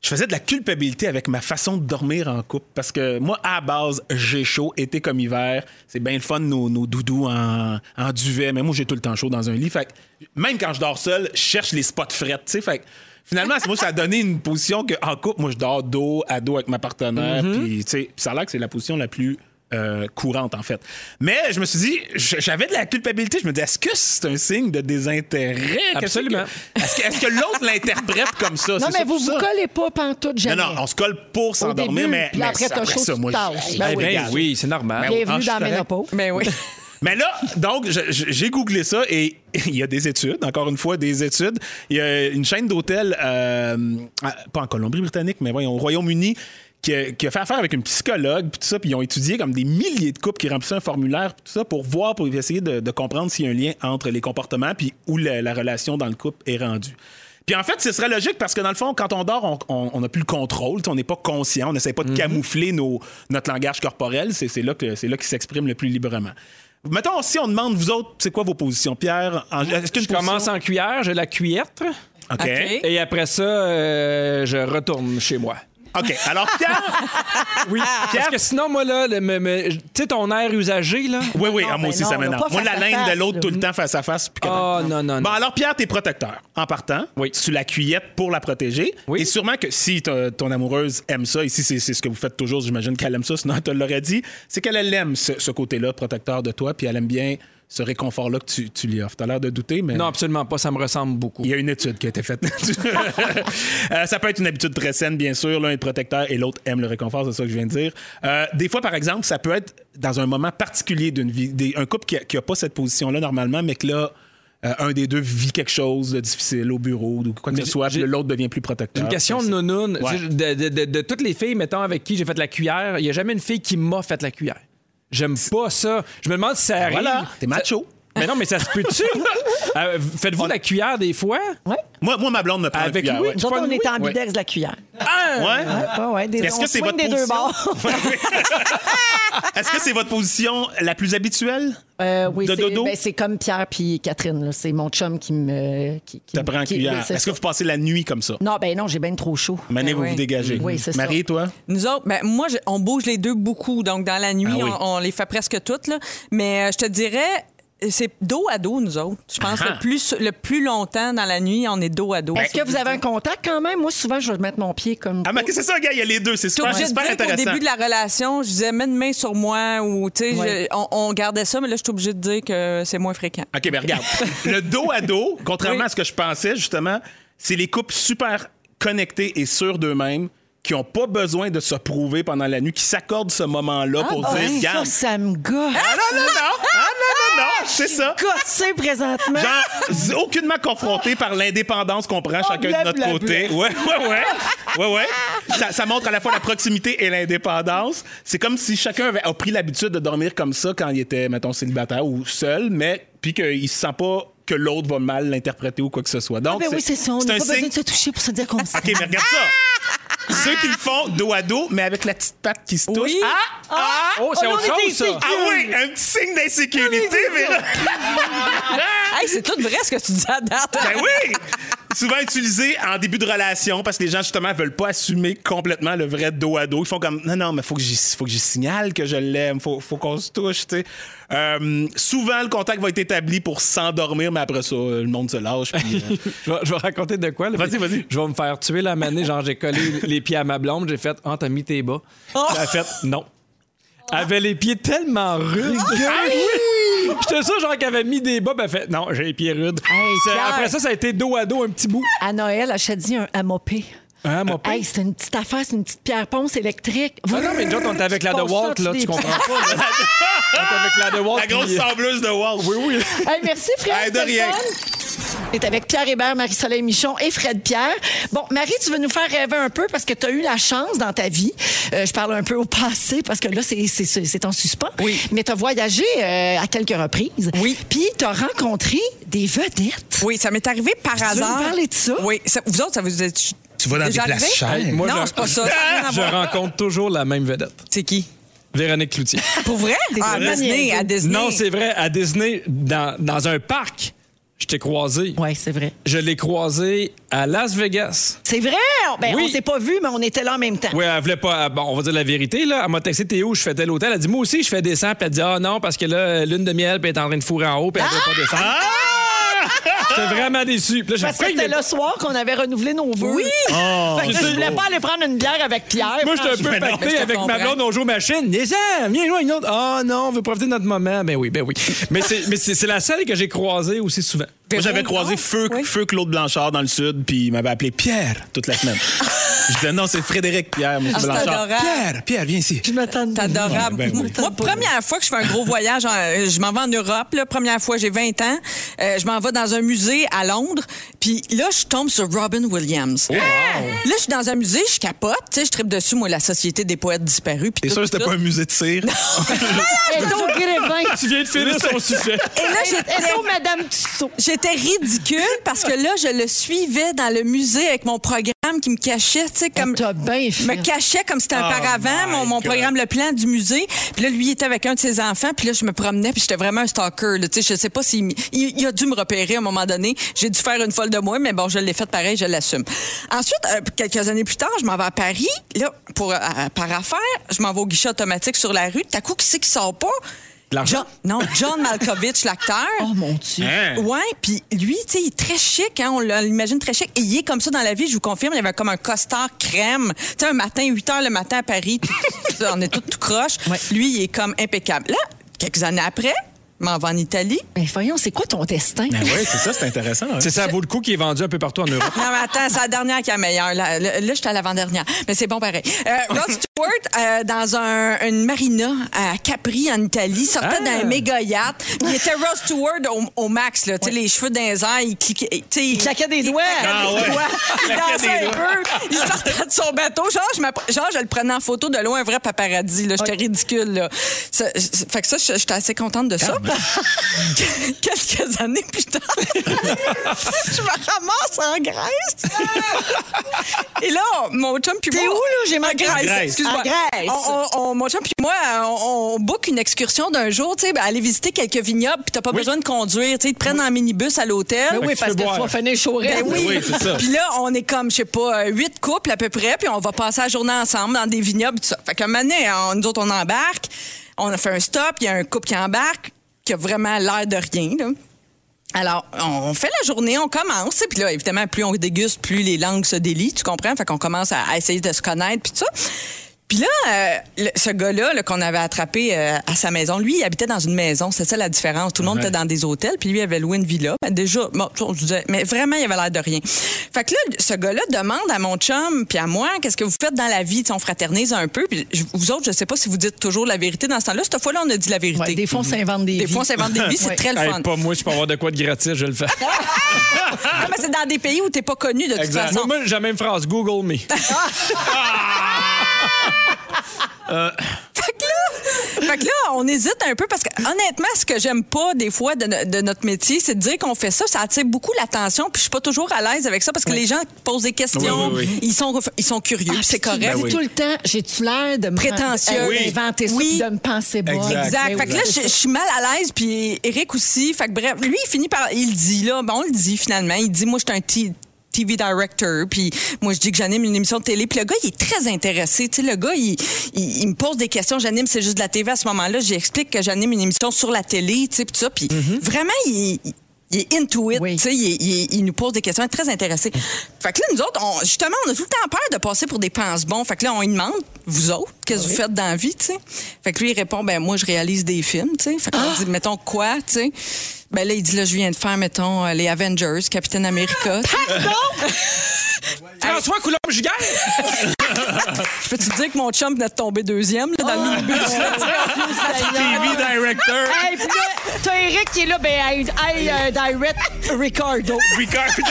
je faisais de la culpabilité avec ma façon de dormir en couple. Parce que moi, à la base, j'ai chaud, été comme hiver. C'est bien le fun, nos, nos doudous en, en duvet. Mais moi, j'ai tout le temps chaud dans un lit. Fait que même quand je dors seul, je cherche les spots frettes, tu sais. Fait que finalement, c'est- moi, ça a donné une position qu'en couple, moi, je dors dos à dos avec ma partenaire. Puis, tu sais, puis ça a l'air que c'est la position la plus euh, courante, en fait. Mais je me suis dit, j- j'avais de la culpabilité. Je me dis, est-ce que c'est un signe de désintérêt? Qu'est-ce que-
Absolument.
Est-ce que, est-ce que l'autre l'interprète comme ça?
non,
C'est
mais
surtout
vous
ça.
vous collez pas pantoute,
Non,
jamais.
non, on se colle pour s'endormir,
début,
mais,
puis
mais
après,
ça-
t'as chaud,
ça,
tu
moi,
tasses.
je-
Ben
Eh
oui.
bien oui, c'est normal.
Bienvenue dans la ménopause.
Mais Ben oui.
Mais là, donc, je- je- j'ai googlé ça et il y a des études, encore une fois, des études. Il y a une chaîne d'hôtels, euh, à- pas en Colombie-Britannique, mais voyons, au Royaume-Uni, qui a, qui a fait affaire avec une psychologue, puis tout ça, puis ils ont étudié comme des milliers de couples qui remplissaient un formulaire, puis tout ça, pour voir, pour essayer de, de comprendre s'il y a un lien entre les comportements, puis où la, la relation dans le couple est rendue. Puis en fait, ce serait logique parce que dans le fond, quand on dort, on- on on n'a plus le contrôle, tu sais, on n'est pas conscient, on n'essaie pas de camoufler nos, notre langage corporel, c'est c'est là que- c'est là qu'il s'exprime le plus librement. Mettons, si on demande, vous autres, c'est quoi vos positions, Pierre? En- Est-ce que
Je commence en cuillère, j'ai la cuillettre.
OK. OK.
Et après ça, euh, je retourne chez moi.
OK. Alors, Pierre,
Oui. Parce que sinon, moi, là, le- me- me- tu sais, ton air usagé, là.
Oui, oui,
ben
ah, moi aussi, ça m'énerve. Moi, la laine de l'autre tout le temps face à face. puis
Oh, non, non, non.
Bon, alors, Pierre, t'es protecteur. En partant, tu la cuillette pour la protéger. Et sûrement que si ton ton amoureuse aime ça, ici, c'est c'est ce que vous faites toujours, j'imagine qu'elle aime ça, sinon elle te l'aurait dit, c'est qu'elle elle aime ce, ce côté-là, protecteur de toi, puis elle aime bien ce réconfort-là que tu, tu lui offres. T'as l'air de douter, mais.
Non, absolument pas, ça me ressemble beaucoup.
Il y a une étude qui a été faite. Euh, ça peut être une habitude très saine, bien sûr. L'un est protecteur et l'autre aime le réconfort, c'est ça que je viens de dire. Euh, des fois, par exemple, ça peut être dans un moment particulier d'une vie. des- un couple qui n'a pas cette position-là normalement, mais que là, euh, un des deux vit quelque chose de difficile au bureau ou quoi que
Mais
ce
j'ai-
soit, puis l'autre devient plus protecteur.
J'ai une question de
Ça,
nounoun.
Ah, Ouais.
Tu sais, De, de- de- de toutes les filles, mettons, avec qui j'ai fait la cuillère, il n'y a jamais une fille qui m'a fait la cuillère. J'aime pas ça. Je me demande si ça arrive.
Ah, voilà, t'es macho.
Ça- Mais non, mais ça se peut-tu? Euh, Faites-vous la cuillère des fois?
Oui.
Moi, moi, ma blonde me prend la
Avec
cuillère,
Louis?
ouais.
Nous autres, on est en
Ouais.
bidex de la cuillère.
Ouais?
Ah, ouais, des-
Est-ce
on
que c'est
swing
votre
des deux
position?
bords.
Est-ce que c'est votre position la plus habituelle?
Euh, oui,
De
c'est-
dodo?
ben, c'est comme Pierre puis Catherine. là. C'est mon chum qui me. Qui, qui-
T'as prends la
qui- oui,
cuillère.
c'est
Est-ce que
ça.
vous passez la nuit comme ça?
Non, ben non, j'ai bien trop chaud.
Mané,
Ben
vous
oui.
vous dégagez.
Oui, c'est ça.
Marie, toi?
Nous autres, ben, moi, je- on bouge les deux beaucoup. Donc, dans la nuit,
Ah oui.
on, on les fait presque toutes. Là. Mais euh, je te dirais, c'est dos à dos, nous autres. Je pense
Ah.
le, plus, le plus longtemps dans la nuit, on est dos à dos.
Est-ce que vous avez un contact quand même? Moi, souvent, je vais mettre mon pied comme.
Ah, mais c'est ça, gars, il y a les deux. C'est
T'es
super,
obligé de
super
dire qu'au
intéressant.
début de la relation, je disais, mets une main sur moi ou, tu sais,
Ouais.
je- on, on gardait ça, mais là, je suis obligé de dire que c'est moins fréquent.
OK, mais regarde. le dos à dos, contrairement à ce que je pensais, justement, c'est les couples super connectés et sûrs d'eux-mêmes qui n'ont pas besoin de se prouver pendant la nuit, qui s'accordent ce moment-là pour
ben,
Ah,
dire,
ça,
regarde.
ça me gosse.
Ah non, non, non! Ah non, non, non! C'est ça!
Gossé présentement.
Ah! Genre, z- aucunement confronté par l'indépendance qu'on prend chacun de notre
blablabla.
côté. Ouais, ouais, ouais. Ouais, ouais. Ça, ça montre à la fois la proximité et l'indépendance. C'est comme si chacun avait a pris l'habitude de dormir comme ça quand il était, mettons, célibataire ou seul, mais puis qu'il se sent pas que l'autre va mal l'interpréter ou quoi que ce soit.
Ah,
Donc,
ben oui, c'est ça. On n'a
un
pas besoin
signe.
de se toucher pour se dire qu'on s'aime.
OK, mais regarde ça. Ceux qui le font dos à dos, mais avec la petite patte qui se touche.
Oui.
Ah! Ah!
Oh, c'est
Oh,
autre
non, mais
chose, ça.
Ah oui, un petit signe d'insécurité, Véro.
Hey, c'est tout vrai ce que tu dis à date.
Ben oui! Souvent utilisé en début de relation parce que les gens, justement, veulent pas assumer complètement le vrai dos à dos. Ils font comme non, non, mais faut que j'y, faut que j'y signale que je l'aime, faut, faut qu'on se touche, tu sais. Euh, souvent, le contact va être établi pour s'endormir, mais après ça, euh, le monde se lâche. puis, euh,
Je vais, je vais raconter de quoi. là,
Vas-y,
puis
vas-y.
Je vais me faire tuer la manée. Genre, j'ai collé les pieds à ma blonde. J'ai fait, ah, t'as mis tes bas. Elle a fait, non. Elle avait les pieds tellement rudes. Ah oui! J'étais sûr, genre, qu'elle avait mis des bas. Ben, elle fait, non, j'ai les pieds rudes.
Hey,
C'est-
Pierre.
après ça, ça a été dos à dos un petit bout.
À Noël, achète dit un amopé.
Hein, mon père?
Hey, c'est une petite affaire, c'est une petite pierre ponce électrique.
Ah non, mais nous autres, on était avec la
Tu passes
DeWalt,
ça,
là, tu
des-
comprends pas. là. on était avec la DeWalt.
la grosse
puis- euh,
sembleuse de Walsh. Oui, oui.
Hey, merci, Fred.
Hey, de
c'est le
rien.
fun. On est avec Pierre Hébert, Marie-Soleil Michon et Fred Pierre. Bon, Marie, tu veux nous faire rêver un peu parce que tu as eu la chance dans ta vie. Euh, je parle un peu au passé parce que là, c'est- c'est c'est- c'est en suspens.
Oui.
Mais tu as voyagé euh, à quelques reprises.
Oui.
Puis tu as rencontré des vedettes.
Oui, ça m'est arrivé par
veux
hasard.
nous parler de ça?
Oui. ça- vous autres, ça vous est.
Tu vas dans des places chères.
Hey, moi,
non,
je-
c'est pas ça. ça a rien à
Je
voir.
rencontre toujours la même vedette.
C'est qui?
Véronique Cloutier.
Pour vrai? Ah, à
vrai?
Disney, à Disney.
Non, c'est vrai. À Disney, dans, dans un parc, je t'ai croisé.
Oui, c'est vrai.
Je l'ai croisé à Las Vegas.
C'est vrai! Ben,
Oui.
On s'est pas vu, mais on était là en même temps.
Oui, elle voulait pas. Bon, on va dire la vérité, là. Elle m'a texté T'es où? Je fais tel hôtel. Elle dit Moi aussi, je fais descendre. Puis elle dit Ah non, parce que là, lune de miel, puis elle est en train de fourrer en haut, puis elle veut pas descendre. J'étais vraiment déçu. Puis là, j'ai
Parce que
fait,
c'était
mais-
le soir qu'on avait renouvelé nos vœux.
Oui! Oh.
Fait que là,
C'est
je voulais
beau.
pas aller prendre une bière avec Pierre.
Moi, j'étais un peu
franchement.
pacté avec ma blonde, on joue aux machines. Viens, viens, joindre une autre. Ah non, on veut profiter de notre moment. Ben oui, ben oui. Mais c'est mais c'est- c'est la seule que j'ai croisée aussi souvent.
Moi, j'avais croisé feu, feu Claude Blanchard dans le sud, puis il m'avait appelé Pierre toute la semaine. je disais non, c'est Frédéric Pierre, monsieur
Ah, c'est
Blanchard.
adorable.
Pierre, Pierre, viens ici.
Je m'attends. T'es
adorable.
Ouais, ben oui.
Moi, première fois que je fais un gros voyage, en- je m'en vais en Europe. Là, première fois, j'ai 20 ans. Euh, je m'en vais dans un musée à Londres. Puis là, je tombe sur Robin Williams.
wow.
Là, je suis dans un musée, je capote. Tu sais, je tripe dessus, moi, la Société des poètes disparus.
T'es
Puis
sûr
tout,
que c'était
tout.
pas un musée de cire?
Tu viens de finir son sujet.
Et là, j'étais-
Madame
J'étais ridicule parce que là, je le suivais dans le musée avec mon programme qui me cachait, tu sais, comme. Me cachait comme c'était un
Oh
paravent,
my
mon, mon
God.
programme, le plan du musée. Puis là, lui, il était avec un de ses enfants. Puis là, je me promenais, puis j'étais vraiment un stalker. là, Tu sais, je sais pas s'il m- il, il a dû me repérer à un moment donné. J'ai dû faire une folle de moi, mais bon, je l'ai fait pareil, je l'assume. Ensuite, euh, quelques années plus tard, je m'en vais à Paris, là, pour, euh, par affaire. Je m'en vais au guichet automatique sur la rue. Tout à coup, qui c'est qui sort pas? John, non, John Malkovich, l'acteur. Oh
mon Dieu.
Ouais,
Hein?
puis lui, tu sais, il est très chic, hein, on l'a- l'imagine très chic. Et il est comme ça dans la vie, je vous confirme, il avait comme un costard crème. Tu sais, un matin, 8 heures le matin à Paris, puis on est tout, tout croche. Lui, il est comme impeccable. Là, quelques années après, je m'en vais en Italie.
Mais Ben, voyons, c'est quoi ton destin?
oui, Ben c'est ça, c'est intéressant. hein.
C'est ça vaut le coup qui est vendu un peu partout en Europe.
Non, mais attends, c'est la dernière qui est la meilleure. Là, là, là, j'étais à l'avant-dernière. Mais c'est bon pareil. Euh, Rod Stewart, euh, dans un, une marina à Capri, en Italie, sortait
Ah.
d'un méga yacht. Il était Rod Stewart au, au max, là. Tu sais, les cheveux dans les airs, il cliquait. tu sais, Il
claquait des doigts.
Ah ouais.
Il
Il claquait
dansait
des
un
doigts.
peu. Il sortait de son bateau. Genre, je, m'appre- genre, je le prenais en photo de loin, un vrai paparazzi. là. J'étais ridicule, là. Ça- ça- fait que ça, je- j'étais assez contente de
Ah,
ça.
ben.
Quelques années plus tard, je me ramasse en Grèce. Et là, on- mon chum puis moi. T'es où, là? J'ai ma Grèce.
Grèce.
Excuse-moi.
En Grèce.
On- on- on- mon chum puis moi, on, on book une excursion d'un jour, tu sais, ben, aller visiter quelques vignobles, puis t'as pas besoin de conduire. Tu sais, ils te prennent en minibus à l'hôtel.
Ben oui, Fait que tu parce peux que tu boire. vas finir chaud raide.
Ben oui,
Ben oui, c'est ça.
Puis là, on est comme, je sais pas, euh, huit couples à peu près, puis on va passer la journée ensemble dans des vignobles, tout ça. Fait qu'à un moment donné, on- nous autres, on embarque, on a fait un stop, il y a un couple qui embarque, qui a vraiment l'air de rien, là. Alors, on fait la journée, on commence, tu sais, puis là, évidemment, plus on déguste, plus les langues se délient, tu comprends? Fait qu'on commence à, à essayer de se connaître, puis tout ça. Puis là, euh, le- ce gars-là là, qu'on avait attrapé euh, à sa maison, lui, il habitait dans une maison, c'est ça la différence. Tout le monde
Ouais.
était dans des hôtels, puis lui, il avait loué une villa. Ben, déjà, bon, tu sais, on se disait, mais vraiment, il avait l'air de rien. Fait que là, ce gars-là demande à mon chum, puis à moi, qu'est-ce que vous faites dans la vie? Tu sais, on fraternise un peu, puis je- vous autres, je sais pas si vous dites toujours la vérité dans ce temps-là. Cette fois-là, on a dit la vérité. des
fois, on s'invente des
Des fois, on s'invente des vies, c'est très le
Hey,
fun.
pas moi, je peux avoir de quoi de gratis, je le fais.
Ah, mais c'est dans des pays où t'es pas connu de toute
Exact.
façon.
Moi, j'ai la même phrase. Google me.
Fait que, là, fait que là, on hésite un peu parce que honnêtement, ce que j'aime pas des fois de, no- de notre métier, c'est de dire qu'on fait ça, ça attire beaucoup l'attention, puis je suis pas toujours à l'aise avec ça parce que les gens posent des questions,
Oui, Ben oui, oui.
ils sont ils sont curieux, puis Ah, c'est
Tu
correct.
dis Ah, tout le temps, j'ai-tu l'air de me Ben
Prétentieux. Oui.
inventer ça,
Oui.
de me penser Ben bon.
Exact. Fait que là, je je suis mal à l'aise, puis Eric aussi. Fait que bref, lui, il finit par. Il le dit, là. Ben, on le dit finalement. Il dit, moi, je suis un T- TV director, puis moi, je dis que j'anime une émission de télé. Puis le gars, il est très intéressé. Tu sais, le gars, il, il- il me pose des questions. J'anime, c'est juste de la TV à ce moment-là. J'explique que j'anime une émission sur la télé, tu sais, puis tout ça. Puis vraiment, il. il- il est into it, tu sais, il, il- il nous pose des questions, il est très intéressé.
Mm.
Fait que là, nous autres, on- justement, on a tout le temps peur de passer pour des pense-bons. Fait que là, on lui demande, vous autres, qu'est-ce que vous faites dans la vie, tu sais? Fait que lui, il répond, ben moi, je réalise des films, tu sais. Fait qu'on
Ah!
dit, mettons, quoi, tu sais? Ben là, il dit, là, je viens de faire, mettons, euh, les Avengers, Captain America.
Ah!
Pardon?
François Coulombe-Giguère!
je peux-tu te dire que mon chum venait de tomber deuxième, là,
Ah!
dans le minibus?
TV
director.
Hey, puis là, t'as Eric qui est là, ben, hey, hey, euh, direct Ricardo.
Ricardo.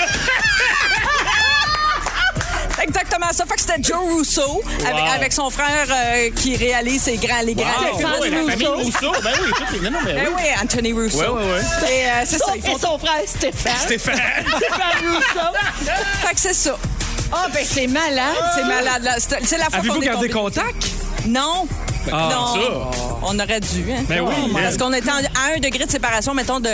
C'est Exactement ça. Fait que c'était Joe Russo avec, avec son frère euh, qui réalise ses grands,
Ah,
les grands
Wow.
films.
Ouais, la Ah, famille Rousseau. Ben oui, tout est- non, non, mais
Ben
oui.
oui, Anthony Russo.
Ouais, ouais, ouais.
Et, euh, c'est
Son-
ça, ils font-
et son frère Stéphane.
Stéphane.
Stéphane Rousseau.
fait que c'est ça.
Ah, ben c'est malade.
C'est malade. là. C'est c'est la fois
Avez-vous
qu'on est
gardé
tombé.
contact?
Non.
Ah,
non.
ça.
On aurait dû. Hein?
Ben oui.
Parce qu'on était en- à un degré de séparation, mettons, de.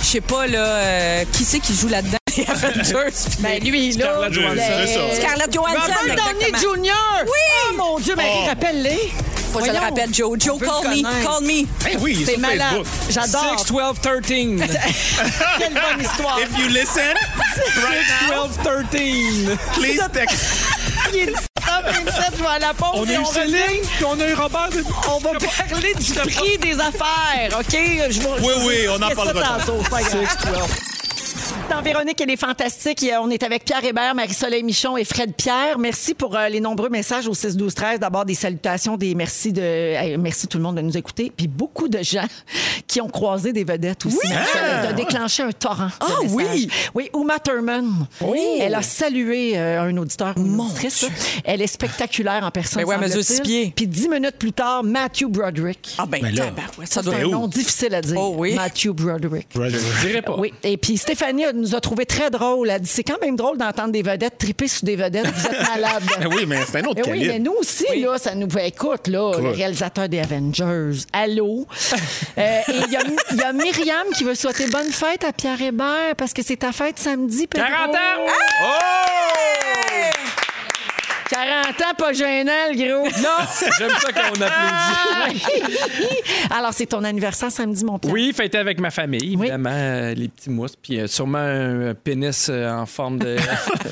Je sais pas, là. euh, qui c'est qui joue là-dedans? les Avengers?
Ben lui, là.
Scarlett Johansson.
ben,
Scarlett Johansson,
Robert Downey
exactement.
Jr. Oui! Oh mon Dieu, Marie,
Oh.
rappelle-les.
Faut que je le
Voyons.
rappelle, Joe.
On
Joe,
veut
call
le
me.
connaître.
Call me.
Ben
Eh oui, C'est sur malade. Facebook. J'adore.
6, 12, 13.
Quelle bonne histoire.
If you listen right
6, 12, 13.
Please text.
Il est 17, je vais à la pause.
On a
et
eu
revient.
Céline, puis on a eu Robert.
On va parler du prix des affaires, OK? Je vais-
Oui, oui, on en
je vais
parlera
ça
tantôt.
tantôt, c'est pas grave.
Six, twelve.
Dans Véronique, elle est fantastique. Et, euh, On est avec Pierre Hébert, Marie-Soleil Michon et Fred Pierre. Merci pour euh, les nombreux messages au 6-12-13. D'abord, des salutations, des merci de. hey, merci tout le monde de nous écouter. Puis beaucoup de gens qui ont croisé des vedettes aussi.
Oui!
Marie-Soleil, t'as déclenché un torrent. Ah oui! Oui, Uma Thurman.
Oui.
Elle a salué euh, un auditeur ou une auditrice. Elle est spectaculaire en personne.
Ben ouais, elle mesure six
semble-t-il.
pieds.
Puis dix minutes plus tard, Matthew Broderick. Ah
ben, Ben là, tabarouette, ça doit
C'est un
être où?
nom difficile à dire.
Oh oui.
Matthew Broderick.
Je dirais pas.
Oui, et puis Stéphanie a- nous a trouvé très drôle. Elle dit c'est quand même drôle d'entendre des vedettes triper sur des vedettes. Vous êtes malades.
Ben oui, mais c'est un autre
Eh oui,
calibre.
mais nous aussi, là, ça nous écoute, là,
Cool.
le réalisateur des Avengers. Allô? Euh, et il y, a- il y a Myriam qui veut souhaiter bonne fête à Pierre Hébert parce que c'est ta fête samedi. Pedro.
40 ans!
Hey! 40 ans, pas gênant, le gros.
Non, j'aime ça qu'on applaudit.
Alors, c'est ton anniversaire samedi, mon Pierre.
Oui, fêter avec ma famille, évidemment, euh, les petits mousses, puis euh, sûrement un pénis euh, en forme de.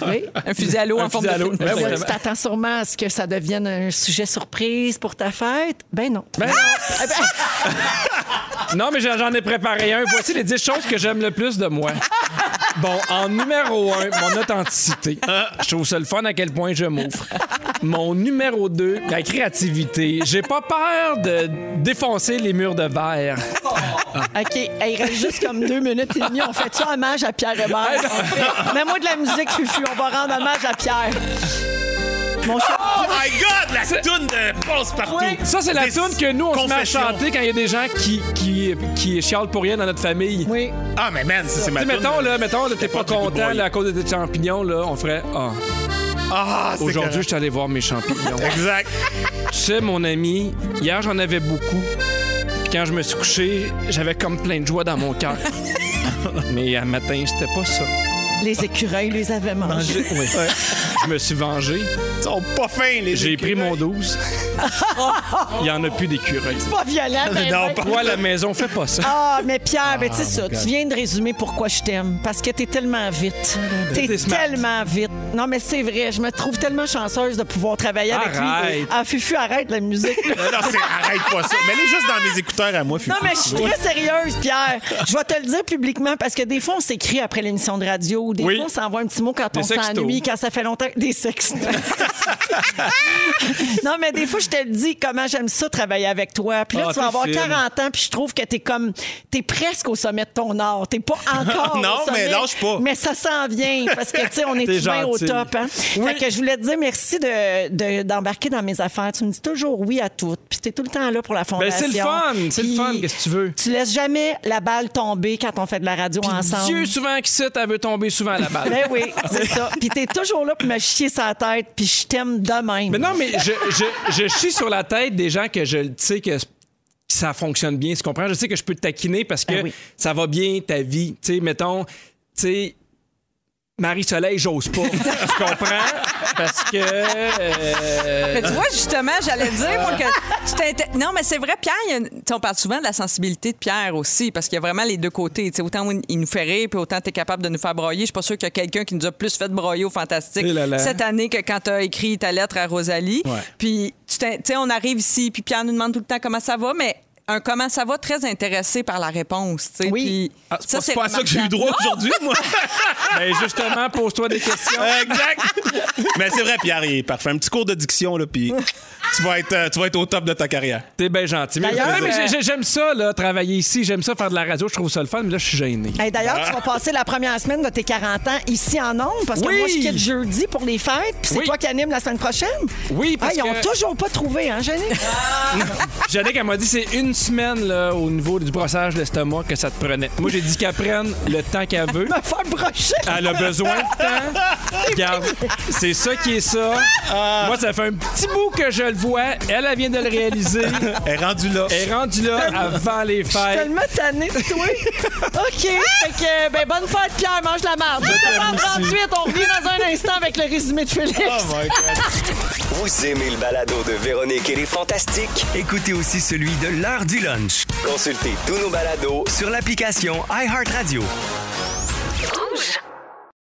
Oui.
Un fusil à l'eau en forme de
fusil à l'eau, Ben,
pénis.
ouais,
Ouais,
ouais.
tu t'attends sûrement à ce que ça devienne un sujet surprise pour ta fête. Ben non.
Ben non. Non, mais j'en j'en ai préparé un. Voici les 10 choses que j'aime le plus de moi. Bon, en numéro 1, mon authenticité. Je trouve ça le fun à quel point je m'ouvre. Mon numéro 2, la créativité. J'ai pas peur de défoncer les murs de verre.
OK, hey, il reste juste comme deux minutes et demie. On fait ça hommage à Pierre Hébert.
Hey, non.
On fait- Mets-moi de la musique, Fufu. On va rendre hommage à Pierre. Mon cher
Oh my God, la toune de passe partout.
Ça, c'est la
Des
tune que nous, on se met à
confessions.
chanter quand il y a des gens qui, qui, qui chialent pour rien dans notre famille.
Oui.
Ah, mais man, ça, c'est ma
Tu sais,
toune.
mettons, là, mettons, là, t'es pas
pas du
content
Boy.
là, à cause de tes champignons, là, on ferait Ah.
Ah, c'est
Aujourd'hui, je
correct.
suis allé voir mes champignons.
Exact.
tu sais, mon ami, hier, j'en avais beaucoup. Puis Quand je me suis couché, j'avais comme plein de joie dans mon cœur. Mais à matin, c'était pas ça.
les écureuils les avaient mangés.
Oui. Je me suis vengé.
Ils sont pas fins, les
J'ai pris
écureuils.
mon 12. Il y en a plus d'écureuils.
C'est pas violent, mais.
Non,
ben.
pas-
Toi, à la maison, fais pas ça.
Ah, mais Pierre, ben, tu sais ça,
God.
tu viens de résumer pourquoi je t'aime. Parce que t'es tellement vite. T'es
T'es smart.
tellement vite. Non, mais c'est vrai, je me trouve tellement chanceuse de pouvoir travailler avec lui.
Arrête.
Ah, Fufu, arrête la musique.
Non, non, c'est- arrête pas ça. Mais est juste dans mes écouteurs à moi, Fufu.
Non, mais je suis très sérieuse, Pierre. Je vais te le dire publiquement parce que des fois, on s'écrit après l'émission de radio ou des
Oui.
fois, on s'envoie un petit mot quand
Des
on
sextos.
s'ennuie, quand ça fait longtemps. Des sexes. non, mais des fois, je te le dis comment j'aime ça travailler avec toi. Puis là,
Ah,
tu vas
t'es
avoir
fine.
40 ans, puis je trouve que t'es comme. T'es presque au sommet de ton art. T'es pas encore.
Non,
au sommet,
mais lâche pas.
Mais ça s'en vient parce que, tu sais, on est
T'es
humain au
gentille.
top. hein. Fait que je voulais te dire merci de- de- d'embarquer dans mes affaires. Tu me dis toujours oui à tout. Puis t'es tout le temps là pour la
Ben,
fondation.
c'est le fun. C'est le
Puis-
fun. Qu'est-ce que tu veux?
tu laisses jamais la balle tomber quand on fait de la radio ensemble.
Dieu, souvent qui cite, elle veut tomber souvent à la balle.
Ah, Ben oui, c'est ça. Puis t'es toujours là pour me chier sa tête, puis je t'aime de même.
Mais non, mais je, je, je chie sur la tête des gens que je tu sais que ça fonctionne bien, tu comprends? Je sais que je peux te taquiner parce que
Ah oui.
ça va bien ta vie. Tu sais, mettons, tu sais, Marie-Soleil, j'ose pas. tu comprends? Parce que. euh,
Mais tu vois, justement, j'allais dire, moi, que tu t'inté- Non, mais c'est vrai, Pierre, il y a une- tu sais, on parle souvent de la sensibilité de Pierre aussi, parce qu'il y a vraiment les deux côtés. Tu sais, autant il nous fait rire, puis autant tu es capable de nous faire broyer. Je suis pas sûre qu'il y a quelqu'un qui nous a plus fait broyer au Fantastique
Eh là là.
cette année que quand tu as écrit ta lettre à Rosalie.
Ouais.
Puis, tu t'in- tu sais, on arrive ici, puis Pierre nous demande tout le temps comment ça va, mais un comment ça va très intéressé par la réponse. tu sais.
Oui.
Puis
Ah, c'est pas, c'est pas à ça que
remarquable.
j'ai eu droit aujourd'hui, moi.
ben justement, pose-toi des questions.
exact. Mais c'est vrai, Pierre, il est parfait. Un petit cours de diction, là, puis tu vas être, euh, tu vas être au top de ta carrière.
T'es bien gentil. Mais,
D'ailleurs,
Ouais, mais
euh,
j'ai- j'ai- j'aime ça, là, travailler ici. J'aime ça faire de la radio. Je trouve ça le fun, mais là, je suis gêné.
Hey, D'ailleurs, tu vas passer la première semaine de tes 40 ans ici en Onde, parce que
Oui.
moi, je quitte jeudi pour les fêtes, puis c'est
Oui.
toi qui anime la semaine prochaine.
Oui, parce
Ah, ils ont
que-
toujours pas trouvé, hein, Jenny?
J'allais qu'elle m'a dit c'est une semaine là, au niveau du brossage de l'estomac que ça te prenait. Moi, j'ai dit qu'elle prenne le temps qu'elle veut.
Me faire brocher.
Elle a besoin
Ah.
de temps. Regarde, c'est ça qui est ça. Moi, ça fait un petit bout que je le voix. Elle, elle vient de le réaliser.
Elle est rendue là.
Elle est rendue là avant les
Je suis
fêtes.
tellement tannée de toi. OK. Fait que, ben, bonne fête, Pierre. Mange la merde.
t'aime
38, on revient dans un instant avec le résumé de Félix.
Vous aimez le balado de Véronique et les Fantastiques?
Écoutez aussi celui de l'heure du lunch.
Consultez tous nos balados sur l'application iHeartRadio.
Rouge.